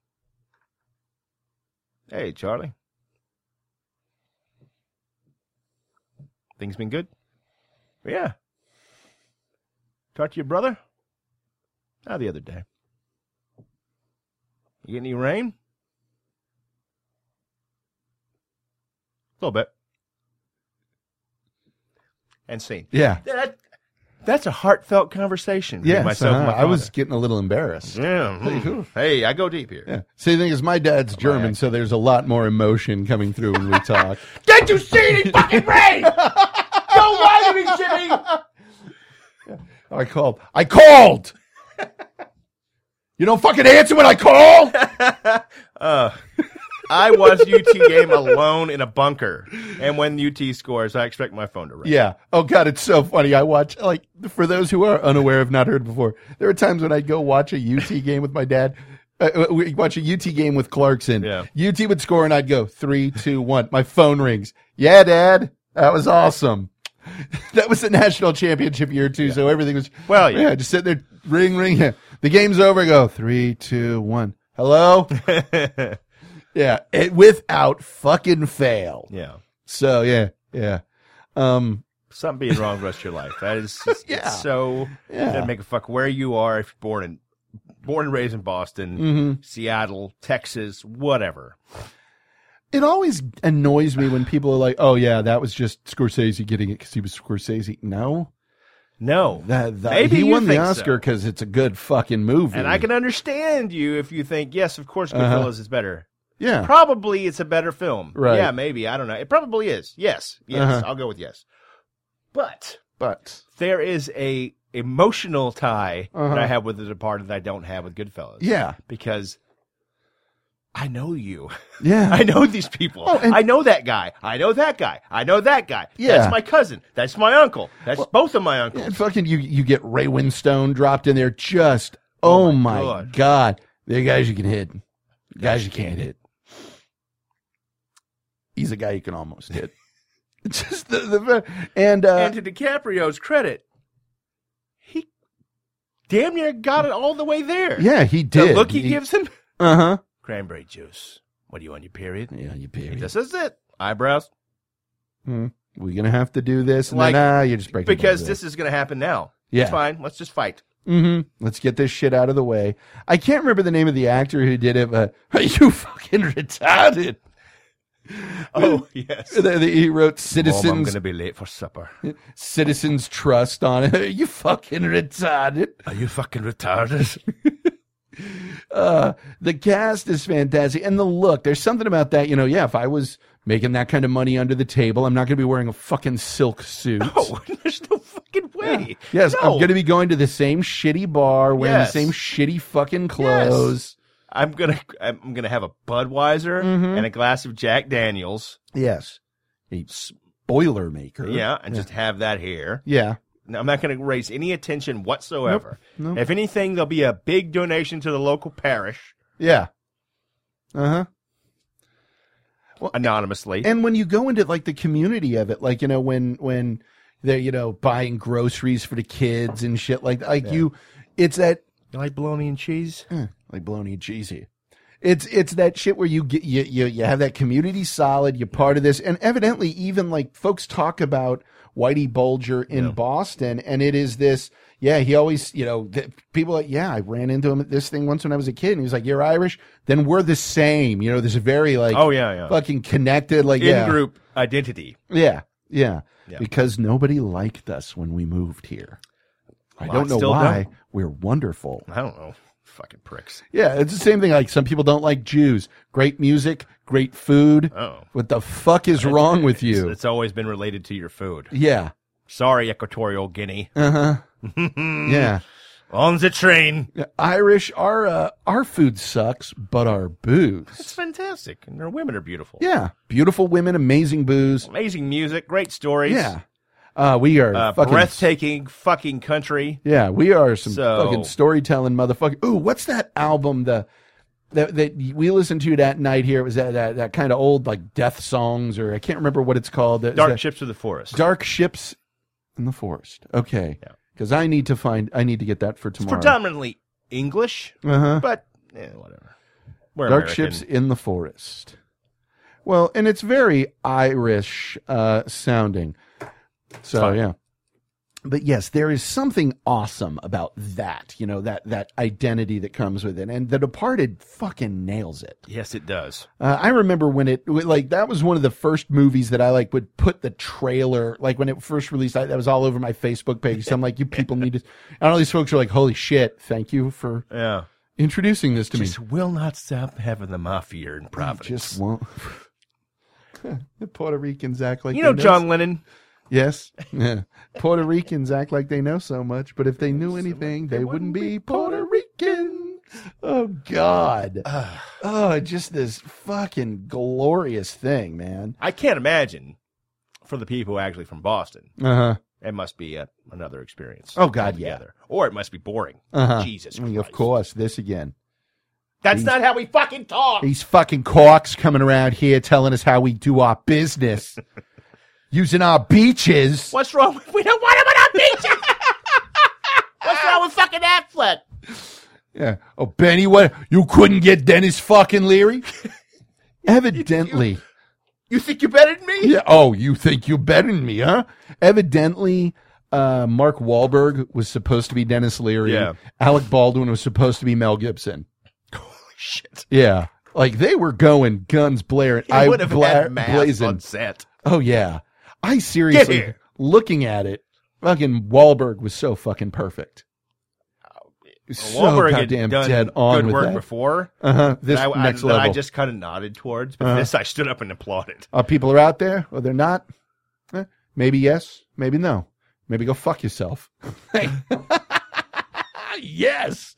Hey, Charlie. Things been good? Yeah. Talk to your brother? Oh, the other day. You get any rain? A little bit. And scene. Yeah. That, that's a heartfelt conversation. between Yes, myself and uh-huh. my I was father. getting a little embarrassed. Yeah. hmm. Hey, I go deep here. Yeah. See, the thing is, my dad's German, so there's a lot more emotion coming through when we talk. Did you see any fucking rain? Don't lie to me, Jimmy. I called. I called. you don't fucking answer when I call. Uh, I watched UT game alone in a bunker, and when UT scores, I expect my phone to ring. Yeah. Oh God, it's so funny. I watch like for those who are unaware, have not heard before. There are times when I'd go watch a UT game with my dad. Uh, we watch a UT game with Clarkson. Yeah. UT would score, and I'd go three, two, one. My phone rings. Yeah, Dad, that was awesome. That was the national championship year too, so everything was Well, yeah. Just sit there, ring, ring. Yeah. The game's over. I go three, two, one. Hello. yeah, it, without fucking fail. yeah. So yeah, yeah. Um, Something being wrong the rest of your life. That is just, it's Yeah. so Yeah. doesn't make a fuck where you are if you're born in born and raised in Boston, Mm. Mm-hmm. Seattle, Texas, whatever. it always annoys me when people are like, "Oh yeah, that was just Scorsese getting it because he was Scorsese." No, No. that, that Maybe he you won the think so. Oscar because it's a good fucking movie. and I can understand you if you think, yes, of Uh-huh. course Goodfellas is better. yeah, Probably it's a better film. Right. Yeah, maybe. I don't know. It probably is. Yes. Yes. Uh-huh. I'll go with yes. But but there is a emotional tie that Uh-huh. I have with The Departed that I don't have with Goodfellas. yeah, Because I know you. yeah, I know these people. Oh, and- I know that guy. I know that guy. I know that guy. Yeah. That's my cousin. That's my uncle. That's both of my uncles. and fucking you, you get Ray Winstone dropped in there. Just oh, my, god. God. the guys you can hit, guys you can't hit. He's a guy you can almost hit. It's just the, the and uh, and to DiCaprio's credit, he damn near got it all the way there. yeah, he The did. look he, gives him. Uh huh. Cranberry juice. What are you on your period? Yeah, you He period. just says it. Eyebrows. we're gonna have to do this, and Like, then ah, you're just breaking Because this is going to happen now. Yeah. It's fine. Let's just fight. hmm Let's get this shit out of the way. I can't remember the name of the actor who did it, but are you fucking retarded? Oh, yes. The- the- He wrote Mom, I'm Citizens going to be late for supper. Citizens Trust on it. Are you fucking retarded? Are you fucking retarded? Uh, the cast is fantastic, and the look. There's something about that. You know, yeah. If I was making that kind of money under the table, I'm not gonna be wearing a fucking silk suit. Oh, there's no fucking way. Yes, No. I'm going to be going to the same shitty bar, wearing Yes. the same shitty fucking clothes. I'm gonna I'm gonna have a Budweiser Mm-hmm. and a glass of Jack Daniels. Yes. A spoiler maker. Yeah, and just have that here. Yeah. Now, I'm not gonna raise any attention whatsoever. If anything, there'll be a big donation to the local parish Yeah. Uh huh. anonymously. And when you go into like the community of it, like, you know, when, when they're, you know, buying groceries for the kids and shit like that, like you, it's that, you like bologna and cheese? like bologna and cheesy. It's it's that shit where you get you, you you have that community solid. You're part of this, and evidently, even like folks talk about Whitey Bulger in Boston, and it is this. Yeah, he always you know th- people like yeah, I ran into him at this thing once when I was a kid, and he was like, "You're Irish, then we're the same." You know, this very like Oh, yeah, yeah. fucking connected like In yeah group identity. yeah yeah Yeah. because nobody liked us when we moved here. I Well, don't I know still why don't. we're wonderful. I don't know. Fucking pricks. Yeah, it's the same thing. Like some people don't like Jews. Great music, great food. Oh. What the fuck is wrong with you? It's always been related to your food. yeah. Sorry, Equatorial Guinea. Uh huh. yeah. On the train. Yeah, Irish, our uh, our food sucks, but our It's booze. fantastic. And their women are beautiful. Yeah. Beautiful women, amazing booze. Amazing music, great stories. Yeah. Uh, we are uh, fucking. breathtaking fucking country. yeah, we are some So- fucking storytelling motherfucker. Ooh, what's that album? The that, that we listened to that night here. It was that that, that kind of old like death songs, or I can't remember what it's called. That- Dark that- Ships of the Forest. Dark ships in the forest. Okay. Yeah. Because I need to find. I need to get that for It's tomorrow. predominantly English, Uh-huh. but eh, whatever. We're Dark American. ships in the forest. Well, and it's very Irish uh, sounding. So fine. yeah. But yes, there is something awesome about that. You know that that identity that comes with it, and The Departed fucking nails it. Yes, it does. Uh, I remember when it like that was one of the first movies that I like would put the trailer like when it first released. I, that was all over my Facebook page. So I'm like, you people need to. And all these folks are like, holy shit! Thank you for Yeah. introducing this to me. Just will not stop having the mafia in Providence. Just won't. the Puerto Ricans act like you know they John Lennon. Yes, yeah. Puerto Ricans act like they know so much, but if they knew anything, they wouldn't be Puerto Rican. Oh God. oh, just this fucking glorious thing, man. I can't imagine for the people actually from Boston. Uh-huh. It must be a, another experience. Oh, God, yeah. altogether. Or it must be boring. Uh-huh. Jesus I mean, Christ. of course, this again. That's not how we fucking talk. These fucking corks coming around here telling us how we do our business. Using our beaches. What's wrong with we don't want him on our beach? What's wrong with fucking Affleck? Yeah. Oh, Benny, what? You couldn't get Dennis fucking Leary? Evidently. You think you're better than me? Yeah. Oh, you think you're better than me, huh? Evidently, uh, Mark Wahlberg was supposed to be Dennis Leary. Yeah. Alec Baldwin was supposed to be Mel Gibson. Holy shit. Yeah. Like they were going guns blaring. He would have had mask on set. Oh yeah. I seriously here. looking at it, fucking Wahlberg was so fucking perfect. So Oh, Wahlberg had goddamn done dead on good with work that. before. Uh huh. This that I, next that level. Uh-huh. I just kind of nodded towards, but this I stood up and applauded. Are people are out there or they're not? Eh, maybe yes, maybe no. Maybe go fuck yourself. yes.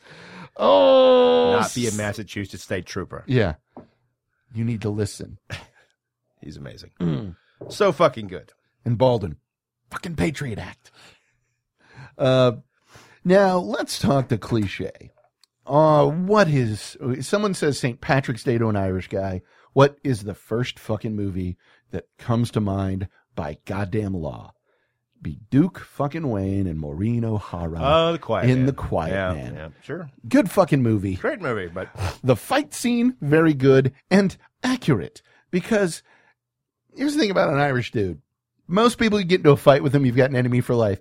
Oh, Not be a Massachusetts state trooper. Yeah. You need to listen. He's amazing. Mm. So fucking good. And Baldwin, fucking Patriot Act. Uh, now let's talk the cliche. Uh, what is someone says St. Patrick's Day to an Irish guy? What is the first fucking movie that comes to mind by goddamn law? Be Duke fucking Wayne and Maureen O'Hara Oh, the quiet Uh, in man. the Quiet yeah, Man. Yeah, sure. Good fucking movie. Great movie, but The fight scene, very good and accurate. Because here's the thing about an Irish dude. Most people you get into a fight with them, you've got an enemy for life.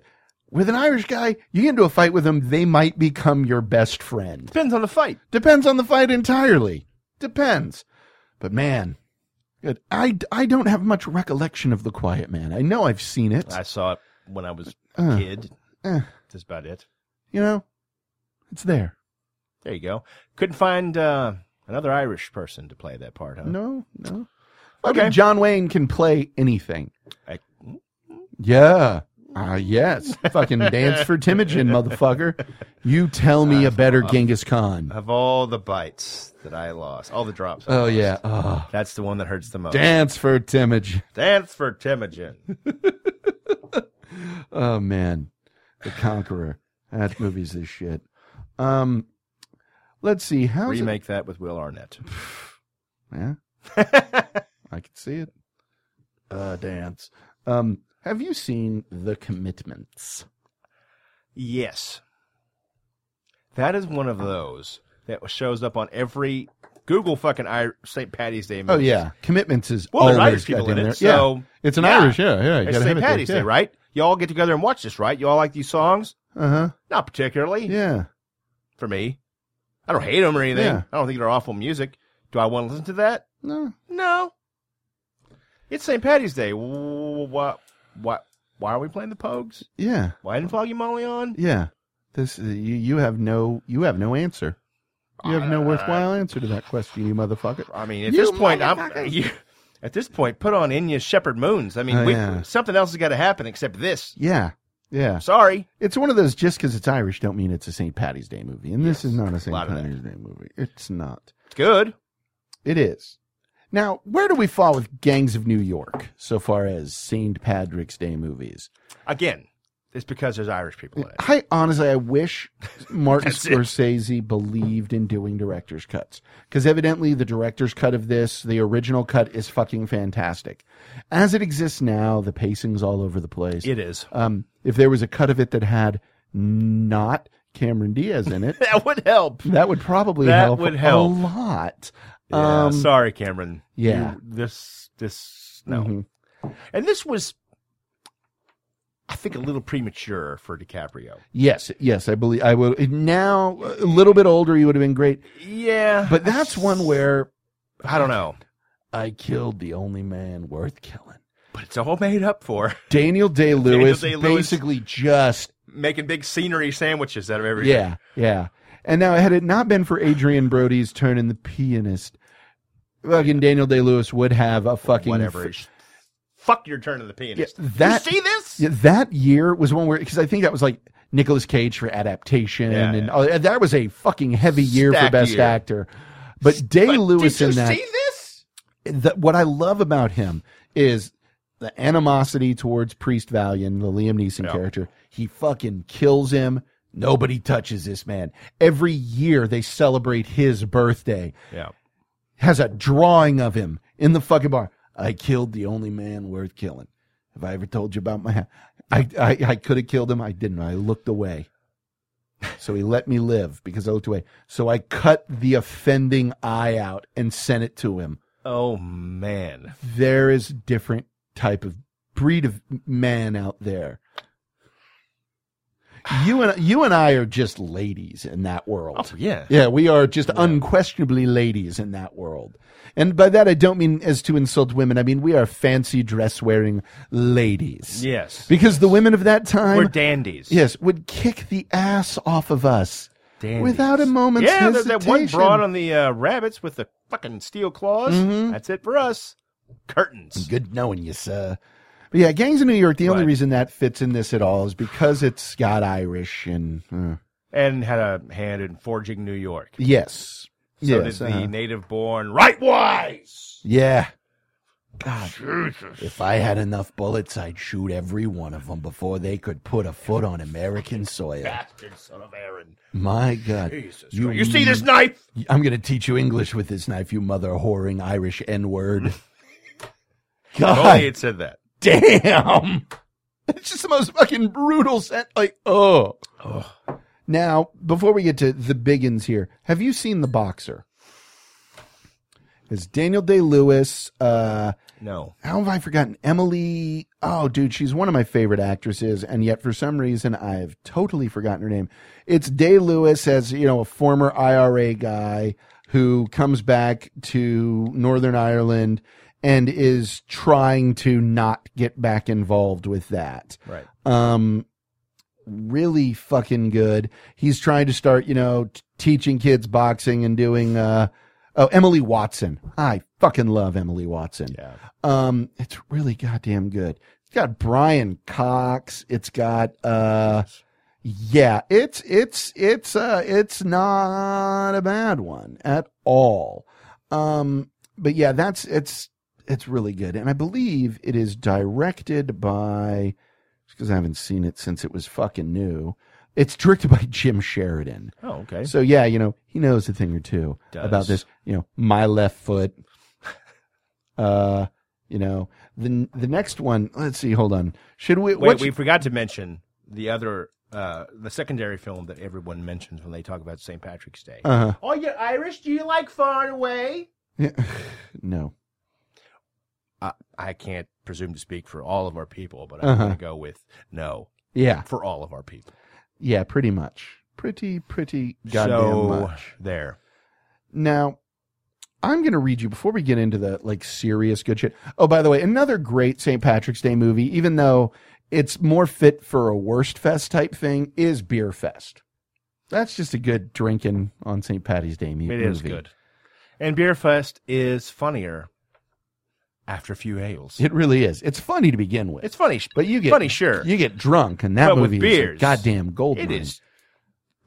With an Irish guy, you get into a fight with them, they might become your best friend. depends on the fight. Depends on the fight entirely. Depends. But man, good. I, I don't have much recollection of The Quiet Man. I know I've seen it. I saw it when I was a Uh, kid. eh. That's about it. You know, it's there. There you go. Couldn't find uh, another Irish person to play that part, huh? No, no. Okay. Okay. John Wayne can play anything. I- Yeah. Ah, yes. Fucking dance for Timogen, motherfucker. You tell me a better Genghis Khan. of all the bites that I lost, all the drops. I Oh, lost, yeah. Oh, That's the one that hurts the most. dance for Timogen. Dance for Timogen. Oh, man. The Conqueror. That movie's this shit. Um, let's see. How's it- Remake that with Will Arnett. Yeah. I can see it. Uh, dance. Um, have you seen The Commitments? Yes. That is one of those that shows up on every Google fucking Ir- St. Patty's Day. Oh movie. yeah, commitments is Well, always there's Irish people goddamn in it, there. so- yeah. it's an Yeah. Irish. Yeah, yeah. You It's St. Patty's Day, right? You all get together and watch this, right? You all like these songs? Uh huh. Not particularly Yeah. for me. I don't hate them or anything. Yeah. I don't think they're awful music. Do I want to listen to that? No. No. It's St. Patty's Day. Why, why, why are we playing the Pogues? Yeah. Why didn't Foggy Molly on? Yeah. This uh, you you have no you have no answer. You have no worthwhile answer to that question, you motherfucker. I mean, at You this point, I'm. motherfucker. You, at this point, put on Inya's Shepherd Moons. I mean, Oh, we, yeah. something else has got to happen except this. Yeah. Yeah. Sorry, It's one of those just because it's Irish don't mean it's a St. Patty's Day movie, and this is not a St. lot of that. Patty's Day movie. It's not. it's good. It is. Now, where do we fall with Gangs of New York so far as St. Patrick's Day movies? Again, it's because there's Irish people in it. I honestly, I wish Martin That's it. Scorsese believed in doing director's cuts because evidently the director's cut of this, the original cut, is fucking fantastic. As it exists now, the pacing's all over the place. It is. Um, if there was a cut of it that had not Cameron Diaz in it, That would help. that would probably That help, would help. a lot. Yeah, um, sorry, Cameron. yeah. You- this this no, Mhm. and this was, I think, a little premature for DiCaprio. Yes, yes, I believe I will. Now, a little bit older, he would have been great, Yeah, but that's one where I don't know. I killed the only man worth killing. But it's all made up for Daniel Day Lewis Day-Lewis. basically just making big scenery sandwiches out of everything. yeah yeah. And now had it not been for Adrian Brody's turn in the pianist, fucking Daniel Day Lewis would have a fucking whatever. f- fuck you're turning the pianist. Yeah, that- you see this? Yeah, that year was one where because I think that was like Nicolas Cage for adaptation, Yeah, and yeah. all- that was a fucking heavy year for Stack best year. actor. But Day But Lewis did you in that, see this? the, what I love about him is the animosity towards Priest Valiant, the Liam Neeson Yeah. character. He fucking kills him. Nobody touches this man. Every year they celebrate his birthday Yeah. has a drawing of him in the fucking bar. I killed the only man worth killing. Have I ever told you about my? I I, I could have killed him. I didn't. I looked away. So he let me live because I looked away. So I cut the offending eye out and sent it to him. Oh man. There is different type of breed of man out there. You and you and I are just ladies in that world. Oh, yeah. Yeah, we are just unquestionably ladies in that world. And by that, I don't mean as to insult women. I mean, we are fancy dress wearing ladies. Yes. Because the women of that time, We're dandies. yes, would kick the ass off of us Dandies. without a moment's Yeah, that, hesitation. that one broad on the uh, rabbits with the fucking steel claws. That's it for us. Curtains. Mm-hmm. Good knowing you, sir. But yeah, Gangs of New York, the only Right. reason that fits in this at all is because it's got Irish and. uh, And had a hand in forging New York. yes. So yes. did uh-huh. the native born right wise. Yeah. God. If I had enough bullets, I'd shoot every one of them before they could put a foot on American soil. Bastard son of Aaron. My God. Jesus Christ. You see Mm. this knife? I'm going to teach you English with this knife, you mother whoring Irish N word. Oh, he God had said that. damn. It's just the most fucking brutal sent. Like, oh. Now, before we get to the biggins here, have you seen The Boxer? It's Daniel Day Lewis. Uh, No. how have I forgotten Emily? Oh, dude, she's one of my favorite actresses, and yet for some reason I have totally forgotten her name. It's Day Lewis as you know a former IRA guy who comes back to Northern Ireland and is trying to not get back involved with that Right. um really fucking good he's trying to start you know t- teaching kids boxing and doing uh oh emily watson i fucking love emily watson Yeah. um it's really goddamn good it's got brian cox it's got uh yeah it's it's it's uh it's not a bad one at all um but yeah that's it's it's really good and i believe it is directed by because I haven't seen it since it was fucking new. It's directed by Jim Sheridan. Oh, okay. So yeah, you know, he knows a thing or two Does. about this, you know, my left foot. Uh, you know, the the next one, let's see, hold on. Should we Wait, what we forgot to mention the other, uh, the secondary film that everyone mentions when they talk about St. Patrick's Day. uh oh, you're Irish? Do you like Far and Away? no. I, I can't presume to speak for all of our people, but I'm Uh-huh. going to go with no Yeah. for all of our people. Yeah, pretty much. Pretty pretty goddamn so much. there. Now, I'm going to read you before we get into the like serious good shit. Oh, by the way, another great St. Patrick's Day movie, even though it's more fit for a worst fest type thing, is Beer Fest. That's just a good drinking on St. Patty's Day mu- It movie. is good. And Beerfest is funnier after a few ales. It really is. It's funny to begin with, It's funny, but you get funny, sure. you get drunk, and that But with movie is a beers, goddamn gold. it mine. is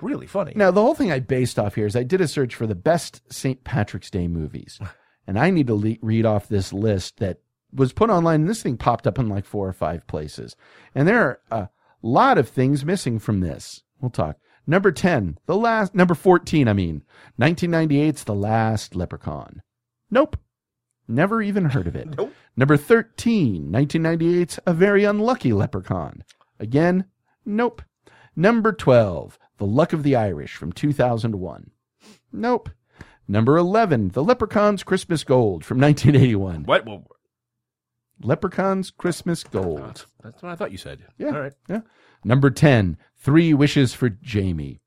really funny. Now, the whole thing I based off here is I did a search for the best St. Patrick's Day movies. And I need to le- read off this list that was put online. And this thing popped up in like four or five places. And there are a lot of things missing from this. We'll talk. Number 10, the last, number 14, I mean, 1998's The Last Leprechaun. Nope. Never even heard of it. Nope. Number 13, 1998's A Very Unlucky Leprechaun. Again, nope. Number 12, The Luck of the Irish from 2001. Nope. Number 11, The Leprechaun's Christmas Gold from 1981. What? Well, Leprechaun's Christmas Gold. that's what I thought you said. Yeah. All right. Yeah. Number 10, Three Wishes for Jamie.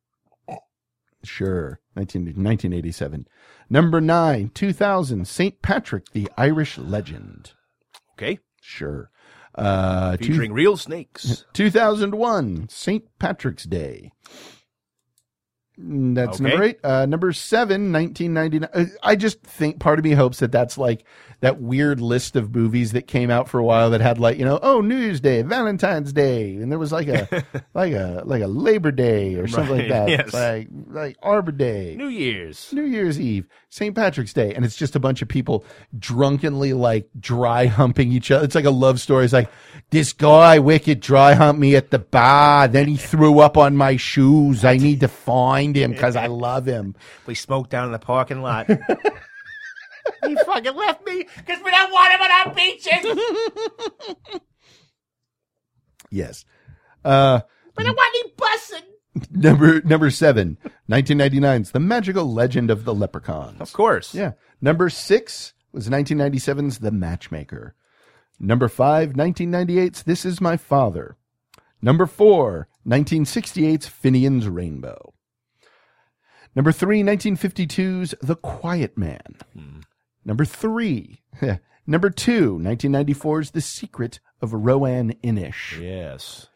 Sure. 19, 1987. Number 9, 2000, St. Patrick, the Irish Legend. Okay. Sure. Uh, two- Featuring real snakes. 2001, St. Patrick's Day. Mm, That's Okay. number eight. Uh, number seven, 1999. Uh, I just think part of me hopes that that's like that weird list of movies that came out for a while that had like you know oh New Year's Day, Valentine's Day, and there was like a like a like a Labor Day or something like Right, that. yes. Like like Arbor Day. New Year's. New Year's Eve, St. Patrick's Day, and it's just a bunch of people drunkenly like dry humping each other. It's like a love story. It's like this guy wicked dry humped me at the bar, then he threw up on my shoes. I need to find him because I love him. We smoked down in the parking lot. He fucking left me because we don't want him on our beaches. We Yes. Uh, don't want him bussing. number number seven, 1999's The Magical Legend of the Leprechauns. of course. Yeah. Number six was 1997's The Matchmaker. Number five, 1998's This Is My Father. Number four, 1968's Finian's Rainbow. Number three, 1952's The Quiet Man. Number three, number two, 1994's The Secret of Rowan Inish. Yes.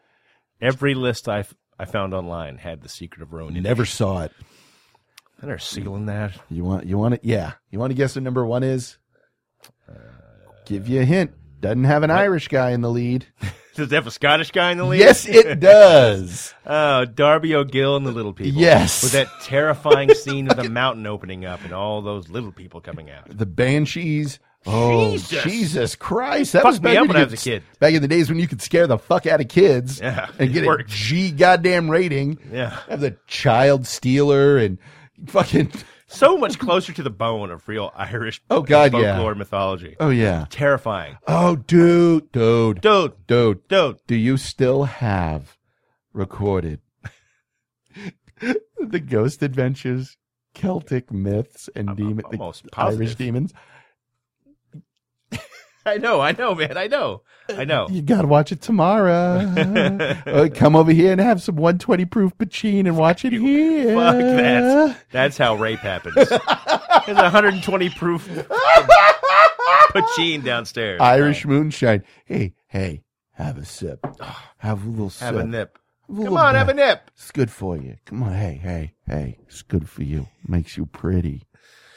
Every list I, f- I found online had the secret of Ronin. Never saw it. They're sealing that. You want you want it? Yeah. You want to guess what number one is? Uh, Give you a hint. Doesn't have an Irish guy in the lead. Does it have a Scottish guy in the lead? Yes, it does. Oh, Darby O'Gill and the Little People. Yes. With that terrifying scene of the mountain opening up and all those little people coming out. the Banshees. Oh, Jesus, Jesus. Christ. That Fucked was back me up when, when you I was could- a kid. Back in the days when you could scare the fuck out of kids Yeah, and it get a worked. G goddamn rating. Yeah. Have the child stealer and fucking. So much closer to the bone of real Irish Oh, God, yeah. folklore mythology. Oh, yeah. Terrifying. Oh, dude. Dude. Dude, Dude. dude. Do you still have recorded the ghost adventures, Celtic myths, and demon, the almost Irish positive. demons? I know, I know, man. I know. I know. You gotta watch it tomorrow. Uh, come over here and have some 120 proof Pachin and watch it here. Fuck Uh. that. That's how rape happens. There's a 120 proof Pachin downstairs. Irish moonshine. Hey, hey, have a sip. Have a little sip. Have a nip. Have a Come little on, have a bit. nip. It's good for you. Come on, hey, hey, hey. It's good for you. Makes you pretty.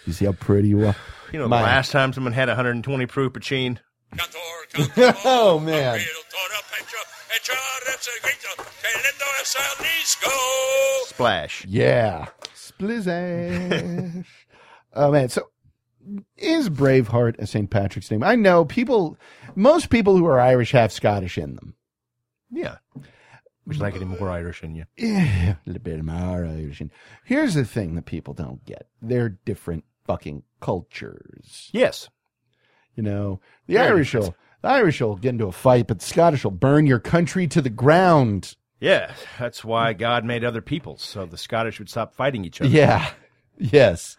You see how pretty you are? You know, the My- last time someone had 120 proof Pachin. Oh, man. Splash. Yeah. Splizash. oh man. So is Braveheart a St. Patrick's name? I know people most people who are Irish have Scottish in them. Yeah. Would you like any more Irish in you? Yeah, a little bit of more Irish. in- Here's the thing that people don't get. They're different fucking cultures. Yes. You know, the Yeah, Irish will the Irish will get into a fight, but the Scottish will burn your country to the ground. Yeah. That's why God made other peoples, so the Scottish would stop fighting each other. Yeah. Yes.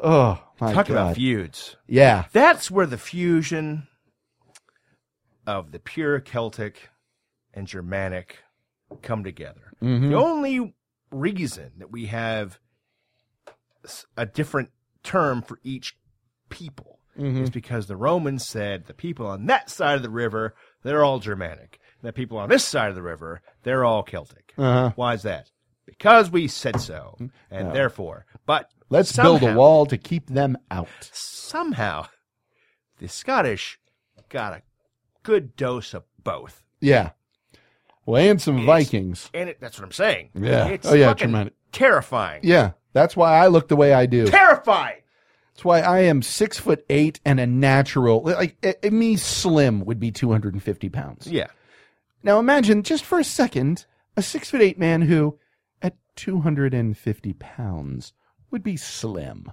Oh my Talk god. about feuds. yeah. That's where the fusion of the pure Celtic and Germanic come together. Mm-hmm. The only reason that we have s- a different term for each people Mm-hmm. is because the Romans said the people on that side of the river, they're all Germanic. And the people on this side of the river, they're all Celtic. Uh-huh. Mm-hmm. Why is that? Because we said so. And therefore, but Let's build a somehow- wall to keep them out. somehow the Scottish got a good dose of both. Yeah. Well, and some Vikings. And it, that's what I'm saying. Yeah. It's Oh, yeah, fucking tremendous. terrifying. Yeah. That's why I look the way I do. Terrifying. That's why I am six foot eight and a natural. Like eh, eh, me, slim would be two hundred and fifty pounds. Yeah. Now imagine just for a second a six foot eight man who, at two hundred and fifty pounds, would be slim.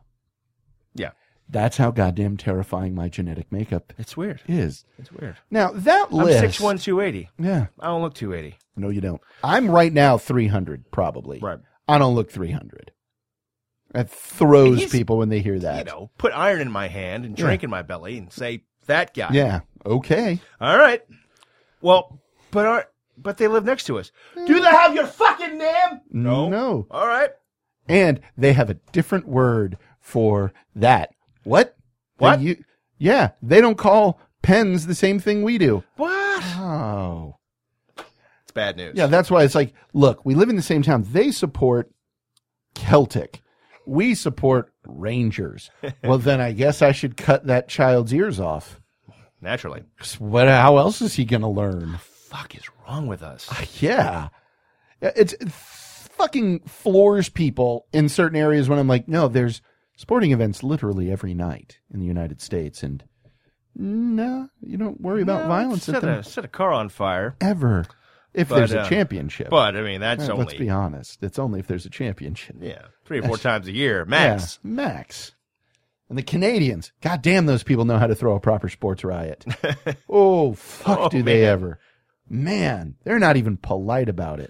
Yeah. That's how goddamn terrifying my genetic makeup It's weird. is. It's weird. Now that I'm list. 6'1", 280. Yeah. I don't look 280. No, you don't. I'm right now 300, probably. Right. I don't look 300. That throws He's- people when they hear that. You know, put iron in my hand and drink in my belly and say, that guy. Yeah. Okay. All right. Well, but our, but they live next to us. Do they have your fucking name? No. All right. And they have a different word for that. What? They What? u- yeah. They don't call pens the same thing we do. What? Oh. It's bad news. Yeah. That's why it's like, look, we live in the same town. They support Celtic. We support Rangers. well, then I guess I should cut that child's ears off. Naturally. 'Cause What? How else is he going to learn? Fuck is wrong with us? Yeah. It's it fucking floors people in certain areas when I'm like, no, there's sporting events literally every night in the United States. And no, you don't worry about No, violence at set them a, set a car on fire. ever. If But, there's a uh, championship. But I mean, that's Eh, only Let's be honest. It's only if there's a championship. yeah, three or four times a year max. Yeah, max. And the Canadians, God damn, those people know how to throw a proper sports riot. oh, fuck, Oh, do they man. ever. Man, they're not even polite about it.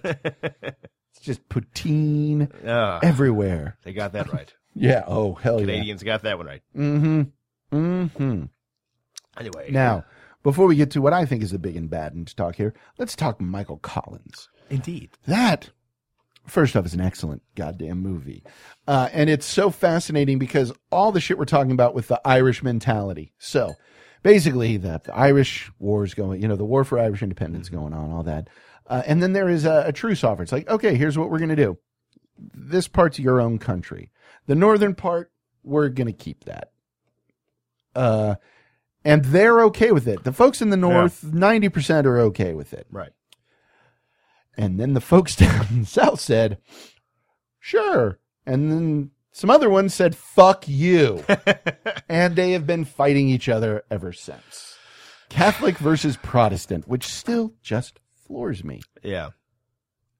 it's just poutine Ah, everywhere. they got that right. Yeah. Oh, hell Canadians got that one right. yeah. Mm hmm. Mm hmm. Anyway, Now, before we get to what I think is the big and bad and to talk here, let's talk Michael Collins. indeed, that first off is an excellent goddamn movie uh, and it's so fascinating because all the shit we're talking about with the irish mentality so basically the, the irish wars going you know the war for irish independence going on all that uh, and then there is a, a truce offer it's like okay here's what we're going to do this part's your own country the northern part we're going to keep that uh, and they're okay with it the folks in the north 90% are okay with it right? and then the folks down south said, sure. And then some other ones said, fuck you. and they have been fighting each other ever since. Catholic versus Protestant, which still just floors me. Yeah,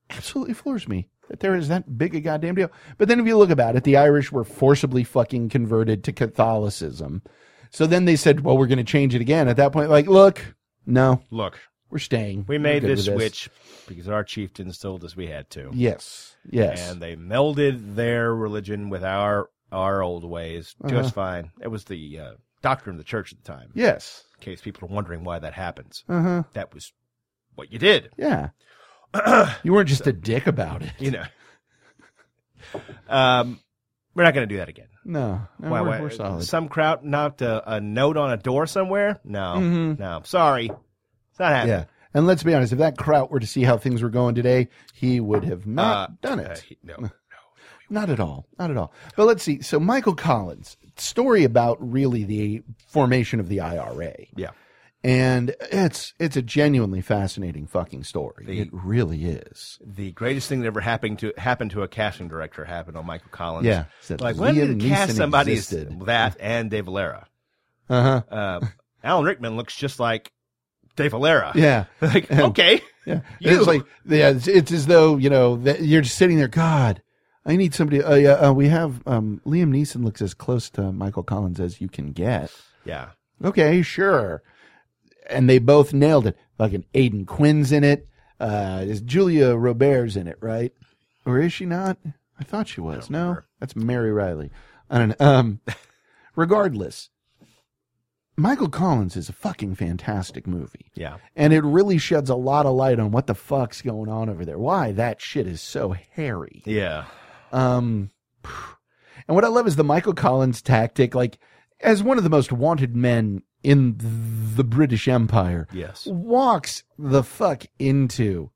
Absolutely floors me that there is that big a goddamn deal. But then if you look about it, the Irish were forcibly fucking converted to Catholicism. So then they said, well, we're going to change it again. At that point, like, look, no, look, we're staying. we We're made good this with switch because our chieftains told us we had to, Yes. Yes. and they melded their religion with our our old ways Uh-huh. just fine. It was the uh, doctrine of the church at the time. yes. In case people are wondering why that happens, Uh huh. that was what you did. Yeah. you weren't just a dick about it. You know. Um, we're not going to do that again. No. no Why- we're, why- uh, we're solid. Some crowd knocked a, a note on a door somewhere? No. No. Sorry. It's not happening. Mm-hmm. yeah. And let's be honest, if that Kraut were to see how things were going today, he would have not Uh, done it. uh, he- no. Not at all. Not at all. But let's see. So Michael Collins, story about really the formation of the IRA. Yeah. And it's it's a genuinely fascinating fucking story. The- it really is. The greatest thing that ever happened to happened to a casting director happened on Michael Collins. Yeah. So Like when Liam did you cast Neeson somebody as existed. that and Dave Valera? Uh-huh. Uh, Alan Rickman looks just like Dave Valera. Yeah. Like okay. Yeah, You. it's like yeah, it's, it's as though you know that you're just sitting there. God, I need somebody. Uh, yeah, uh, we have um, Liam Neeson looks as close to Michael Collins as you can get. Yeah. Okay, sure. And they both nailed it. Fucking Aidan Quinn's in it. Uh, is Julia Robert's in it, right? Or is she not? I thought she was. No, remember. that's Mary Riley. I don't know. Um, regardless, Michael Collins is a fucking fantastic movie. Yeah. And it really sheds a lot of light on what the fuck's going on over there. Why that shit is so hairy. Yeah. Um, and what I love is the Michael Collins tactic, like as one of the most wanted men in the British Empire, Yes. walks the fuck into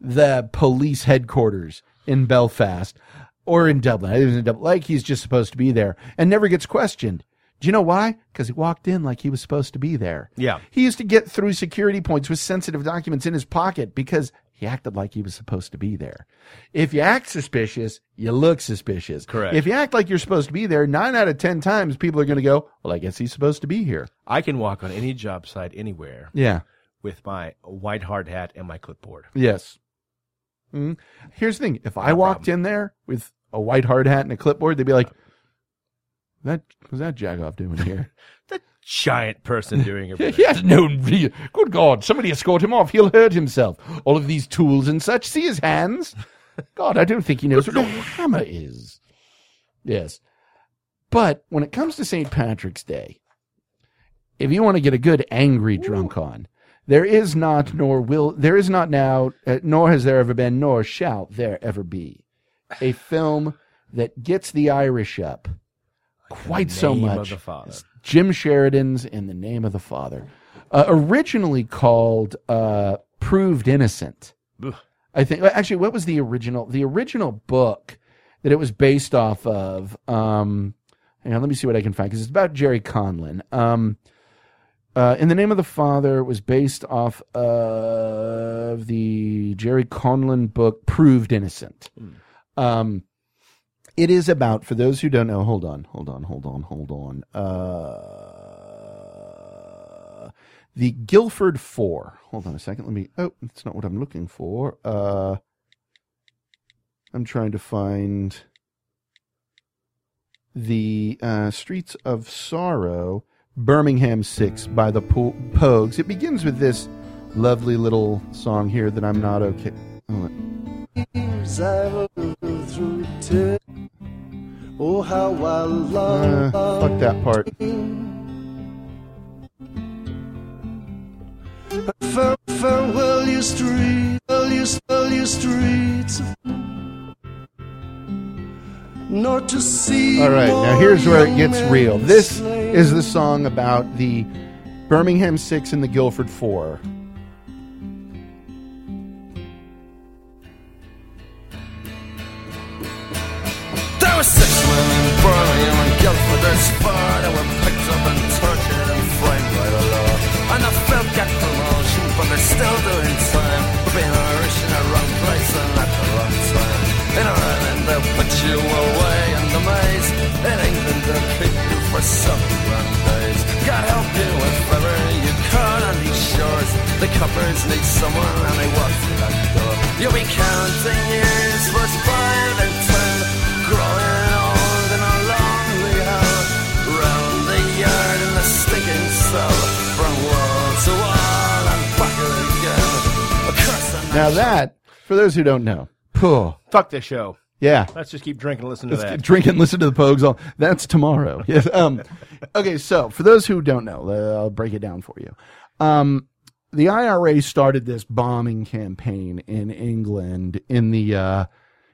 the police headquarters in Belfast or in Dublin. I think it was in Dublin. Like he's just supposed to be there and never gets questioned. Do you know why? Because he walked in like he was supposed to be there. Yeah. He used to get through security points with sensitive documents in his pocket because he acted like he was supposed to be there. If you act suspicious, you look suspicious. Correct. If you act like you're supposed to be there, nine out of 10 times people are going to go, well, I guess he's supposed to be here. I can walk on any job site anywhere Yeah. with my white hard hat and my clipboard. Yes. Mhm. Here's the thing: if I walked in there with a white hard hat and a clipboard, they'd be like, "That was that Jagoff doing here? The giant person doing it. he has no. re- Good God! Somebody escort him off. He'll hurt himself. All of these tools and such. See his hands. God, I don't think he knows what a hammer is. Yes, but when it comes to St. Patrick's Day, if you want to get a good angry drunk on, there is not nor will there is not now uh, nor has there ever been nor shall there ever be a film that gets the Irish up quite so name of much. the Father. Jim Sheridan's "In the Name of the Father," uh, originally called uh, "Proved Innocent." Ugh. I think actually, what was the original? The original book that it was based off of. Um, hang on, let me see what I can find because it's about Jerry Conlon. Um, uh, In the Name of the Father was based off of the Jerry Conlon book Proved Innocent. Um, it is about, for those who don't know, hold on, hold on, hold on, hold on. Uh, the Guilford Four. Hold on a second. Let me. Oh, that's not what I'm looking for. Uh, I'm trying to find the uh, Streets of Sorrow, Birmingham Six by the po- Pogues. It begins with this lovely little song here that I'm not okay. hold on. Uh, fuck that part. All right, now here's where it gets real. This is the song about the Birmingham Six and the Guildford Four. There were six men in Birmingham and Guildford and Spar that were picked up and tortured and framed by the law. And I felt that promotion, but they're still doing time for being Irish in the wrong place and at the wrong time. In Ireland, they'll put you away in the maze. In England, they'll keep you for seven long days. God help you if ever you can on these shores. The coppers need someone and they walk through that door. You'll be counting years, verse five and ten. Growing old in a lonely hell. Round the yard in the stinking cell. From wall to wall and back again. A curse and Now that, for those who don't know, phew, Fuck this show. yeah, Let's just keep drinking and listen to Let's that. drink and listen to the Pogues. All that's tomorrow. Yes. Um, okay. So for those who don't know, uh, I'll break it down for you. Um, the IRA started this bombing campaign in England in the uh,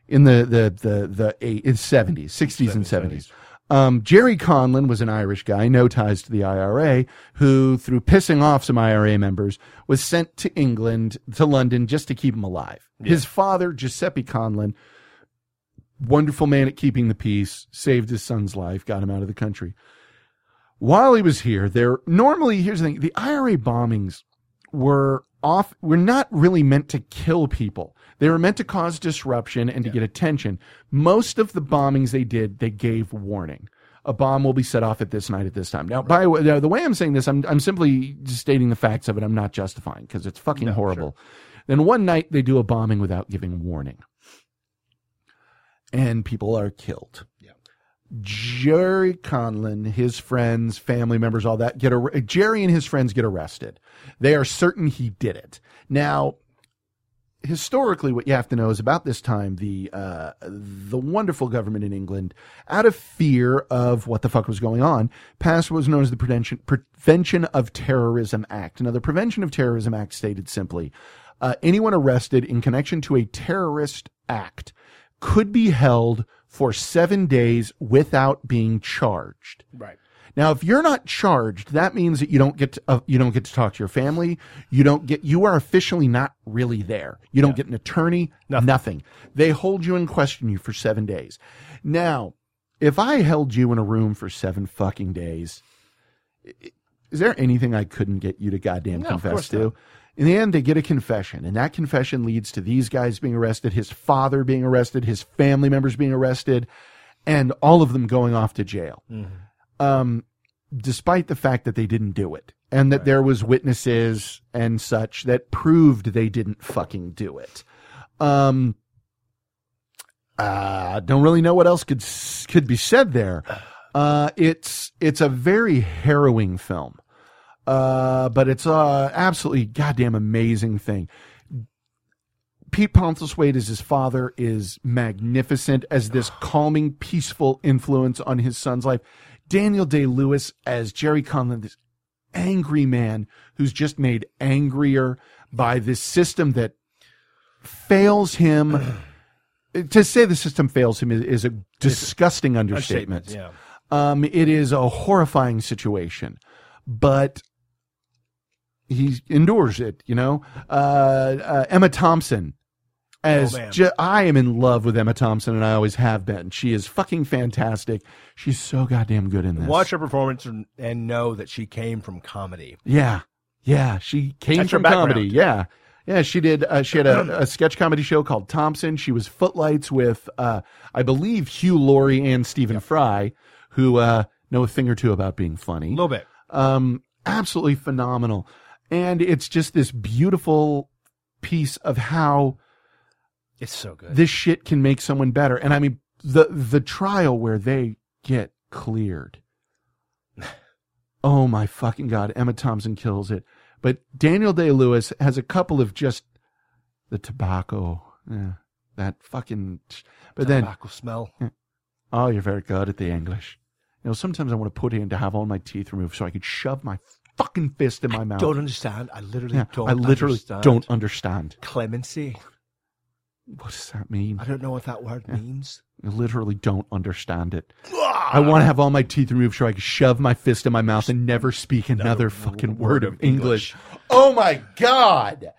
in the the the the eight, seventies, sixties, and seventies. Um, Jerry Conlon was an Irish guy, no ties to the IRA, who, through pissing off some IRA members, was sent to England, to London, just to keep him alive. His father, Giuseppe Conlon, wonderful man at keeping the peace, saved his son's life, got him out of the country. While he was here, there normally here's the thing: the IRA bombings were off. Were not really meant to kill people. They were meant to cause disruption and to get attention. Most of the bombings they did, they gave warning. A bomb will be set off at this night at this time. Now, by the way, now, the way I'm saying this, I'm I'm simply stating the facts of it. I'm not justifying because it's fucking horrible. Then one night they do a bombing without giving warning and people are killed. Jerry Conlon, his friends, family members, all that get ar- Jerry and his friends get arrested. They are certain he did it. Now, historically, what you have to know is about this time the uh, the wonderful government in England, out of fear of what the fuck was going on, passed what was known as the Prevention, Prevention of Terrorism Act. Now, the Prevention of Terrorism Act stated simply, uh, anyone arrested in connection to a terrorist act could be held for seven days without being charged. Right. Now, if you're not charged, that means that you don't get to, uh, you don't get to talk to your family. You don't get you are officially not really there. You don't get an attorney. Nothing. They hold you and question you for seven days. Now, if I held you in a room for seven fucking days, i- is there anything I couldn't get you to goddamn No, of confess course to? not. In the end, they get a confession, and that confession leads to these guys being arrested, his father being arrested, his family members being arrested, and all of them going off to jail um, despite the fact that they didn't do it and that there was witnesses and such that proved they didn't fucking do it. Um, uh, don't really know what else could s- could be said there. Uh, it's it's a very harrowing film, uh, but it's a absolutely goddamn amazing thing. Pete Ponselswaite as his father is magnificent as this calming, peaceful influence on his son's life. Daniel Day Lewis as Jerry Conlon, this angry man who's just made angrier by this system that fails him. to say the system fails him is, is a disgusting understatement. Yeah. Um, it is a horrifying situation, but he endures it. You know, uh, uh, Emma Thompson As Oh, man. ju- I am in love with Emma Thompson, and I always have been. She is fucking fantastic. She's so goddamn good in this. Watch her performance and- and know that she came from comedy. Yeah, yeah. She came That's her from comedy. background. Yeah, yeah. She did. Uh, she had a, a sketch comedy show called Thompson. She was Footlights with, uh, I believe, Hugh Laurie and Stephen Fry, who uh, know a thing or two about being funny. A little bit. um, absolutely phenomenal. And it's just this beautiful piece of how It's so good. this shit can make someone better. And I mean, the the trial where they get cleared. Oh my fucking god! Emma Thompson kills it, but Daniel Day Lewis has a couple of just the tobacco, yeah, that fucking. But then Tobacco smell. Oh, you're very good at the English. You know, sometimes I want to put in to have all my teeth removed so I could shove my fucking fist in my mouth. Don't understand. I literally Yeah, don't. I literally understand. don't understand. Clemency. What does that mean? I don't know what that word means. I literally don't understand it. I want to have all my teeth removed so I can shove my fist in my mouth and never speak another fucking word of English. Oh my god.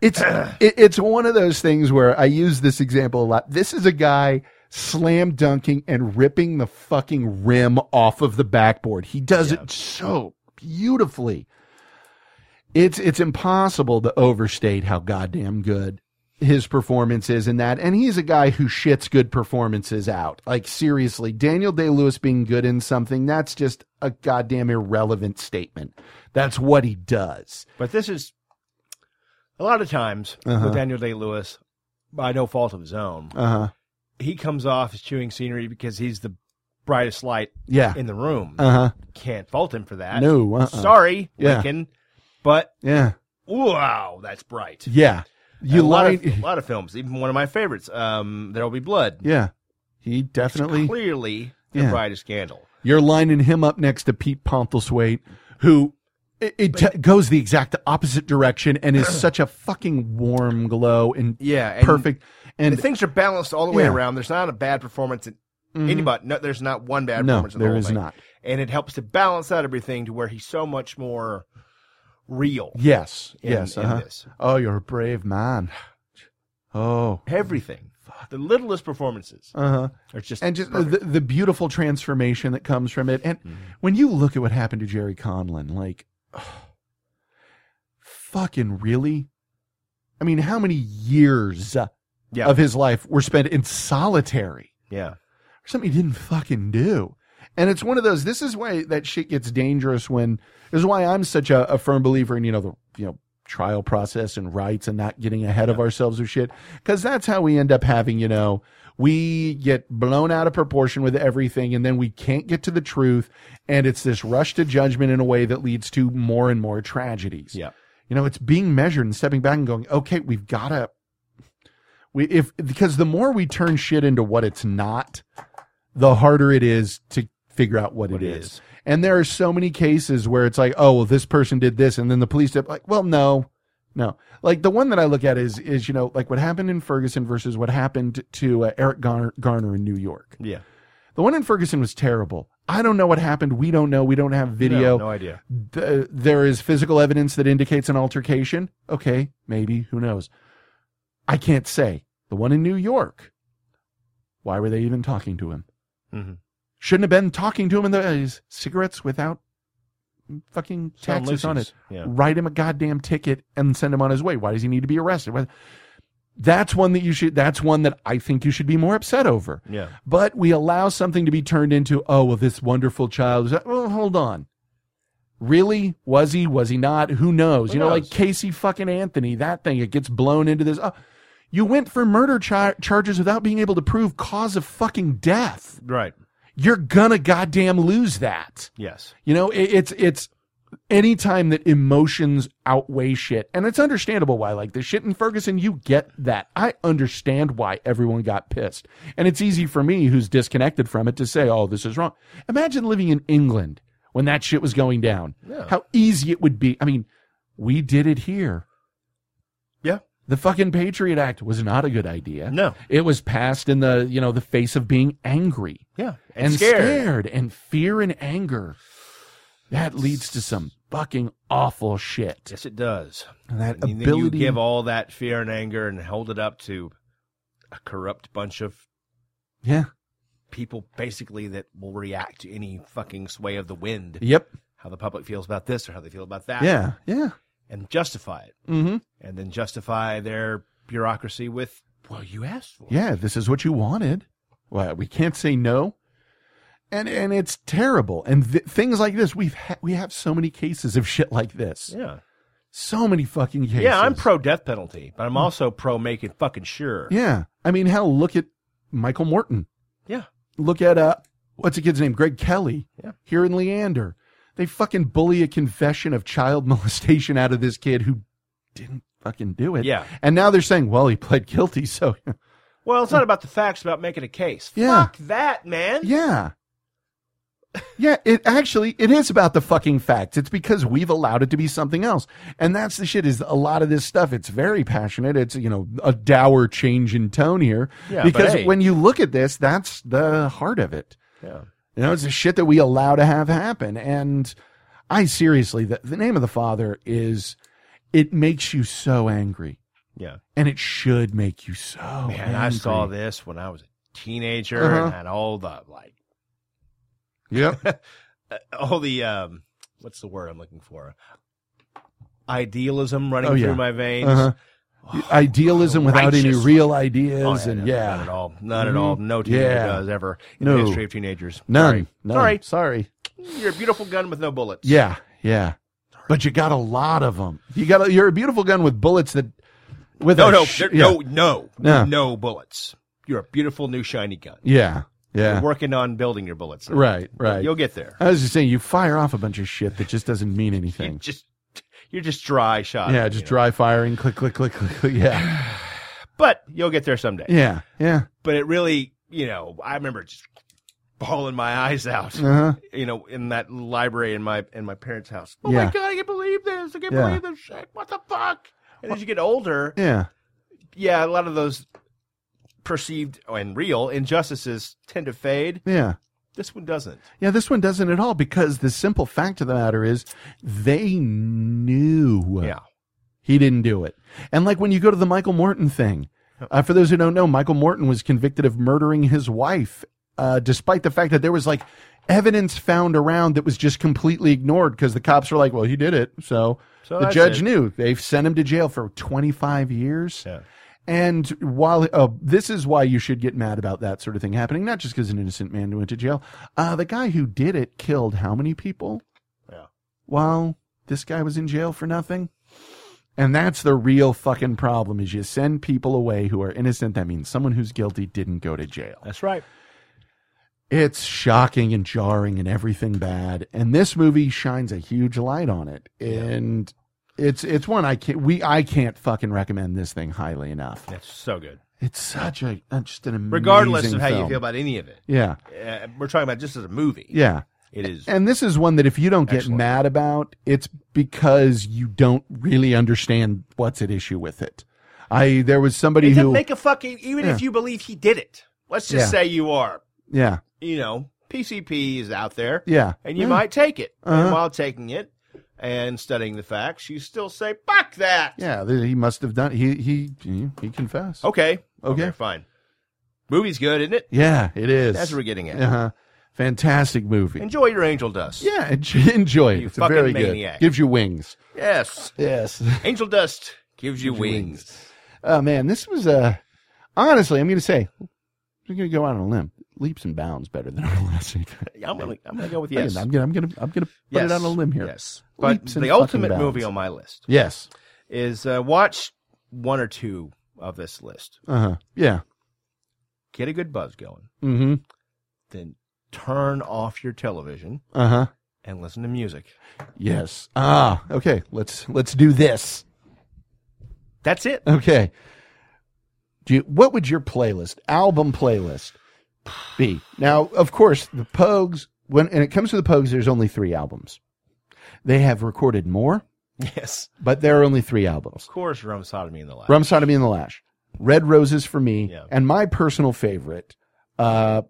It's it, it's one of those things where I use this example a lot. This is a guy slam dunking and ripping the fucking rim off of the backboard. He does it so beautifully. It's it's impossible to overstate how goddamn good his performance is in that. And he's a guy who shits good performances out. Like, seriously, Daniel Day Lewis being good in something, that's just a goddamn irrelevant statement. That's what he does. But this is a lot of times Uh-huh. with Daniel Day Lewis, by no fault of his own, Uh huh. he comes off as chewing scenery because he's the brightest light Yeah. in the room. Uh huh. Can't fault him for that. No. Uh-uh. Sorry, Yeah. Lincoln. But Yeah. wow, that's bright. Yeah. You a lot, like. of, a lot of films, even one of my favorites, um, There'll Be Blood. yeah. He definitely. Clearly, the Yeah. brightest candle. You're lining him up next to Pete Pontlethwaite, who it, it t- goes the exact opposite direction and is such a fucking warm glow and Yeah, and perfect. And the things are balanced all the way Yeah. Mm-hmm. around. There's not a bad performance in anybody. No, there's not one bad no, performance. In the there whole is thing. not. and it helps to balance out everything to where he's so much more real. Yes, in- yes. in uh-huh. this. Oh, you're a brave man. Oh, Everything, the littlest performances uh huh. are just And just Uh-huh. perfect. Mm-hmm. the, the beautiful transformation that comes from it. And when you look at what happened to Jerry Conlon, like, fucking really? I mean, how many years yeah, of his life were spent in solitary? yeah, or something he didn't fucking do. And it's one of those. This is why that shit gets dangerous. When this is why I'm such a, a firm believer in you know the you know trial process and rights and not getting ahead of ourselves with shit because that's how we end up having you know we get blown out of proportion with everything and then we can't get to the truth and it's this rush to judgment in a way that leads to more and more tragedies. yeah. You know, it's being measured and stepping back and going, okay, we've got to, we, if, because the more we turn shit into what it's not, the harder it is to figure out what, What it it is. is. And there are so many cases where it's like, oh, well, this person did this. And then the police did like, well, no, no. Like the one that I look at is, is, you know, like what happened in Ferguson versus what happened to uh, Eric Garner, Garner in New York. yeah. The one in Ferguson was terrible. I don't know what happened. We don't know. We don't have video No, no idea. th- there is physical evidence that indicates an altercation. Okay, maybe, who knows? I can't say. The one in New York. Why were they even talking to him? Mhm. Shouldn't have been talking to him in the uh, cigarettes without fucking Some taxes on it. loosies, yeah. Write him a goddamn ticket and send him on his way. Why does he need to be arrested? Why- That's one that you should. That's one that I think you should be more upset over. Yeah. But we allow something to be turned into, oh, well, this wonderful child. was- Well, hold on. Really? Was he? Was he not? Who knows? Who you know, knows? like Casey fucking Anthony, that thing, it gets blown into this. Oh, you went for murder char- charges without being able to prove cause of fucking death. Right. You're gonna goddamn lose that. Yes. You know, it, it's it's any time that emotions outweigh shit, and it's understandable why. Like the shit in Ferguson, you get that. I understand why everyone got pissed, and it's easy for me, who's disconnected from it, to say, "Oh, this is wrong." Imagine living in England when that shit was going down. How easy it would be. I mean, we did it here. Yeah. The fucking Patriot Act was not a good idea. No. It was passed in the, you know, the face of being angry Yeah. and scared. and fear and anger. That leads to some fucking awful shit. Yes, it does. And that And then you ability give all that fear and anger and hold it up to a corrupt bunch of Yeah. people, basically, that will react to any fucking sway of the wind, Yep. how the public feels about this or how they feel about that, Yeah. Yeah. and justify it, Mm-hmm. and then justify their bureaucracy with, well, you asked for it. Yeah, this is what you wanted. Well, we can't say no. And and it's terrible. And th- things like this, we've ha- we have so many cases of shit like this. Yeah. So many fucking cases. Yeah, I'm pro death penalty, but I'm also pro making fucking sure. Yeah, I mean, hell, look at Michael Morton. Yeah. Look at uh, what's the kid's name? Greg Kelly. Yeah. Here in Leander, they fucking bully a confession of child molestation out of this kid who didn't fucking do it. Yeah. And now they're saying, well, he pled guilty, so Well, it's not about the facts, it's about making a case. Yeah. Fuck that, man. Yeah. Yeah, it actually it is about the fucking facts. It's because we've allowed it to be something else. And that's the shit is a lot of this stuff it's very passionate. It's you know a dour change in tone here Yeah, but because hey. when you look at this that's the heart of it. Yeah. You know, it's the shit that we allow to have happen. And I seriously the, the name of the father is it makes you so angry Yeah. and it should make you so Oh, Man, angry. I saw this when I was a teenager Uh-huh. and had all the like Yep. all the um what's the word I'm looking for? Idealism running Oh, yeah. through my veins. Oh, Uh-huh. Idealism without any Righteous. real Oh, ideas, and no, yeah, Not at all. Not at all. Mhm. No teenager Yeah. does ever in No. the history of teenagers. none, Sorry. none. Sorry. sorry. You're a beautiful gun with no bullets. Yeah, yeah. But you got a lot of them. You got a, you're a beautiful gun with bullets that with No, a no, sh- there- yeah. no, no, Yeah. no, bullets. You're a beautiful new shiny gun. yeah, yeah. You're working on building your bullets. now. Right, right. You'll get there. I was just saying, you fire off a bunch of shit that just doesn't mean anything. Just you're just dry shot. yeah, just dry firing, click, click, click, click, click. Yeah, But you'll get there someday. yeah, yeah. But it really, you know, I remember just bawling my eyes out. Uh-huh. You know, in that library in my in my parents' house. Oh Yeah. my god, I can't believe this. I can't Yeah. believe this shit. What the fuck? And as you get older, Yeah, yeah, a lot of those perceived and real injustices tend to fade. yeah. This one doesn't. Yeah, this one doesn't at all because the simple fact of the matter is they knew. Yeah. He didn't do it. And like when you go to the Michael Morton thing, uh, for those who don't know, Michael Morton was convicted of murdering his wife, uh, despite the fact that there was like evidence found around that was just completely ignored because the cops were like, well, he did it. So, So the that's judge it. knew. They've sent him to jail for 25 years. Yeah. And while uh, this is why you should get mad about that sort of thing happening, not just because an innocent man went to jail, uh, the guy who did it killed how many people? Yeah. While this guy was in jail for nothing. And that's the real fucking problem: is you send people away who are innocent. That means someone who's guilty didn't go to jail. That's right. It's shocking and jarring and everything bad. And this movie shines a huge light on it. And it's it's one I can't we I can't fucking recommend this thing highly enough. That's so good. It's such a uh, just an amazing Regardless of how you film. feel about any of it, yeah uh, we're talking about just as a movie. yeah It is. and this is one that if you don't get Excellent. mad about it's because you don't really understand what's at issue with it. I there was somebody It who doesn't make a fucking. Even if Yeah. you believe he did it, let's just Yeah. say you are. yeah You know, PCP is out there. yeah And you yeah. might take it. Uh-huh. And while taking it and studying the facts, you still say, "Fuck that." yeah th- he must have done he he he, he confessed. Okay. Okay. Fine. Movie's good, isn't it? Yeah, it is. That's what we're getting at. uh-huh. fantastic movie. Enjoy your angel dust. yeah, en- enjoy it. You it's fucking very maniac. good. Gives you wings. Yes. Yes. Angel dust gives you wings. Oh man, this was uh, honestly, I'm going to say, I'm going to go out on a limb. Leaps and bounds better than our last eight. I'm gonna, I'm gonna go with yes. I'm going to I'm going to I'm going to put yes. it on a limb here. Yes. But Leaps and the fucking ultimate bounds. movie on my list Yes. is uh, watch one or two of this list. Uh huh. Yeah. Get a good buzz going. Mm-hmm. Then turn off your television Uh huh. and listen to music. Yes. Ah. Okay. Let's let's do this. That's it. Okay. Do you, what would your playlist, album playlist, be? Now, of course, the Pogues. When and it comes to the Pogues, there's only three albums. They have recorded more, Yes. but there are only three albums. Of course, Rum Sodomy in the Lab. Rum Sodomy and the Lash, Red Roses for me, Yeah. and my personal favorite. Uh,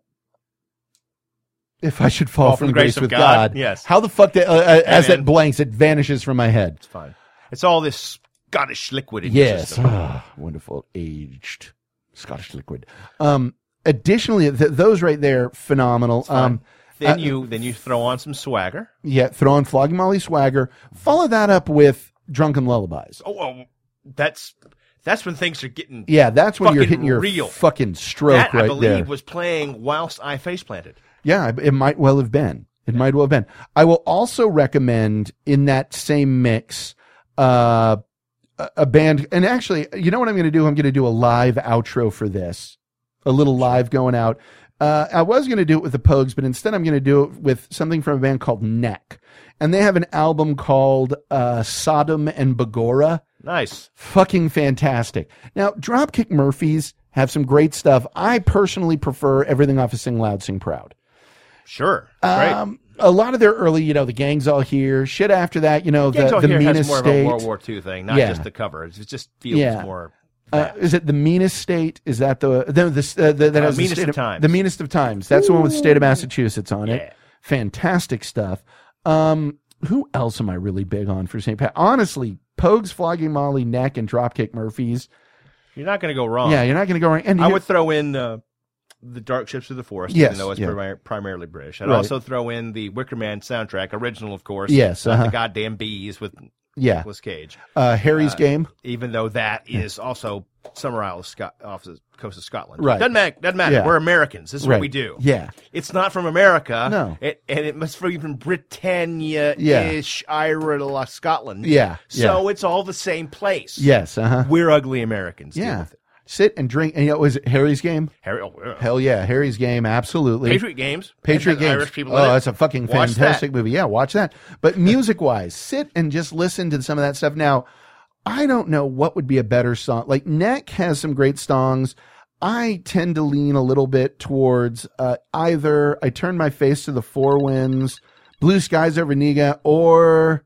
if I should fall, from, the grace, of God? God. Yes. How the fuck that, uh, uh, as Amen. that blanks, it vanishes from my head. It's fine. It's all this Scottish liquid in your Yes. system. Ah, wonderful aged Scottish liquid. Um, additionally, th- those right there, phenomenal. Um, Then you then you throw on some swagger. yeah, throw in Flogging Molly Swagger. Follow that up with Drunken Lullabies. Oh, oh that's that's when things are getting. Yeah, that's when you're Fucking hitting your real. fucking stroke that right I believe there. was playing whilst I face planted. Yeah, it might well have been. It might well have been. I will also recommend in that same mix, uh, a a band. And actually, you know what I'm going to do? I'm going to do a live outro for this, a little live going out. Uh, I was going to do it with the Pogues, but instead I'm going to do it with something from a band called Neck. And they have an album called, uh, Sodom and Begorah Nice. fucking fantastic. Now, Dropkick Murphys have some great stuff. I personally prefer everything off of Sing Loud, Sing Proud. Sure. Um, a lot of their early, you know, the gang's all here. Shit after that, you know, Great. Gangs the, All the here meanest has more state. of a World War II thing, not Yeah. just the cover. It just feels Yeah. more. Uh, is it the meanest state? Is that the the, the, uh, the that Uh, has the Meanest state of Times. The meanest of times. That's the one with the state of Massachusetts on it. Fantastic stuff. Um, who else am I really big on for St. Pat? Honestly, Pogues, Flogging Molly, Neck, and Dropkick Murphys. You're not going to go wrong. Yeah, you're not going to go wrong. And Oh. I you- would throw in uh, the Dark Ships of the Forest, Yes, even though it's yeah. primi- primarily British. I'd Right. also throw in the Wicker Man soundtrack, original, of course. Yes, not uh-huh. the goddamn bees with yeah, Nicolas Cage. uh, Harry's game. Even though that is also Summer Isle of Scot- off the coast of Scotland. Right. Doesn't matter. Doesn't matter. Yeah. We're Americans. This is Right. what we do. Yeah. It's not from America. No. It, and it must be from Britannia-ish, Ireland, uh, Scotland. Yeah, So it's all the same place. Yes. Uh huh. We're ugly Americans. Deal Yeah. with it. Sit and drink. And you know, was it Harry's game? Harry, oh, uh, Hell yeah, Harry's game. Absolutely. Patriot games. Patriot It has Games. Irish people. in oh, it. that's a fucking Watch that. fantastic movie. Yeah, watch that. But music wise, sit and just listen to some of that stuff. Now, I don't know what would be a better song. Like Neck has some great songs. I tend to lean a little bit towards uh, either I turn my face to the four winds, blue skies over Niga, or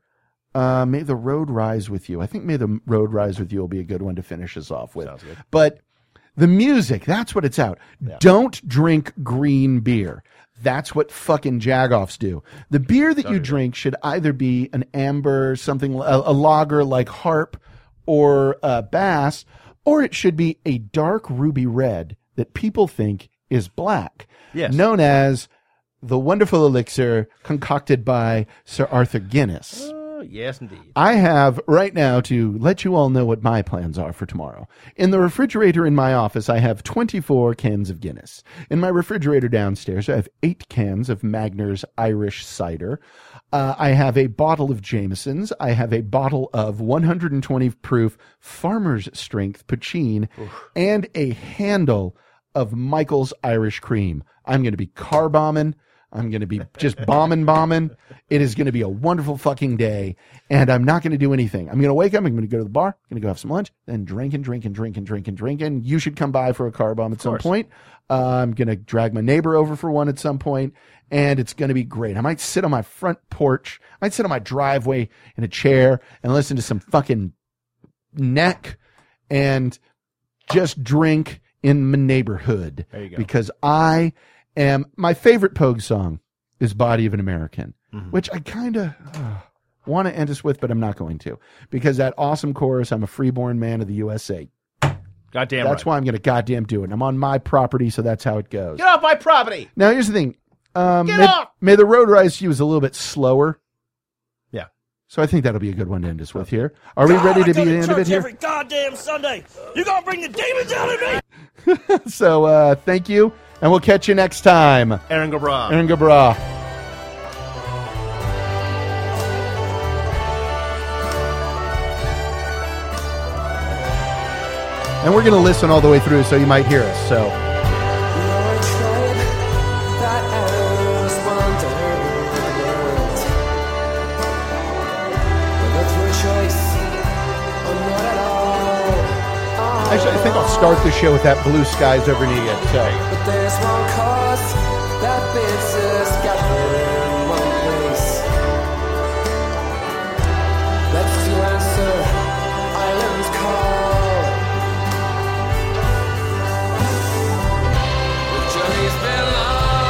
uh, may the road rise with you. I think may the road rise with you will be a good one to finish us off with. Sounds good. But the music, that's what it's out. Don't drink green beer. That's what fucking jagoffs do. The beer that you drink should either be an amber, something, a, a lager like Harp or uh, Bass, or it should be a dark ruby red that people think is black. Yes. Known as the wonderful elixir concocted by Sir Arthur Guinness. Oh, yes, indeed. I have right now to let you all know what my plans are for tomorrow. In the refrigerator in my office, I have 24 cans of Guinness. In my refrigerator downstairs, I have eight cans of Magner's Irish cider. Uh, I have a bottle of Jameson's. I have a bottle of 120 proof Farmer's Strength Pachin and a handle of Michael's Irish Cream. I'm going to be car bombing. I'm going to be just bombing, bombing. It is going to be a wonderful fucking day. And I'm not going to do anything. I'm going to wake up. I'm going to go to the bar. I'm going to go have some lunch, then drink and drink and drink and drink and drink. And you should come by for a car bomb at some point. Uh, I'm going to drag my neighbor over for one at some point, And it's going to be great. I might sit on my front porch. I might sit on my driveway in a chair and listen to some fucking neck and just drink in my neighborhood. There you go. Because I am my favorite Pogue song is Body of an American, Mm-hmm. which I kind of want to end us with, but I'm not going to because that awesome chorus, I'm a freeborn man of the USA. Goddamn That's right. why I'm going to goddamn do it. And I'm on my property, so that's how it goes. Get off my property. Now, here's the thing. Um, Get may, off! may the road rise to you is a little bit slower. Yeah. So I think that'll be a good one to end us with here. Are we ready to be the end of it here? goddamn Sunday. You gonna bring the demons out of me? So uh, thank you, and we'll catch you next time. Aaron Gabra. Aaron Gabra. And we're going to listen all the way through, so you might hear us. So. You're a tribe that owns wandering the world. Whether through choice or not at all. Actually, I think I'll start the show with that blue skies over New York. So, But there's one cause that bids us gather in one place. That's to answer Ireland's call. Journeys belong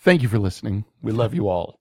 Thank you for listening. We love you all.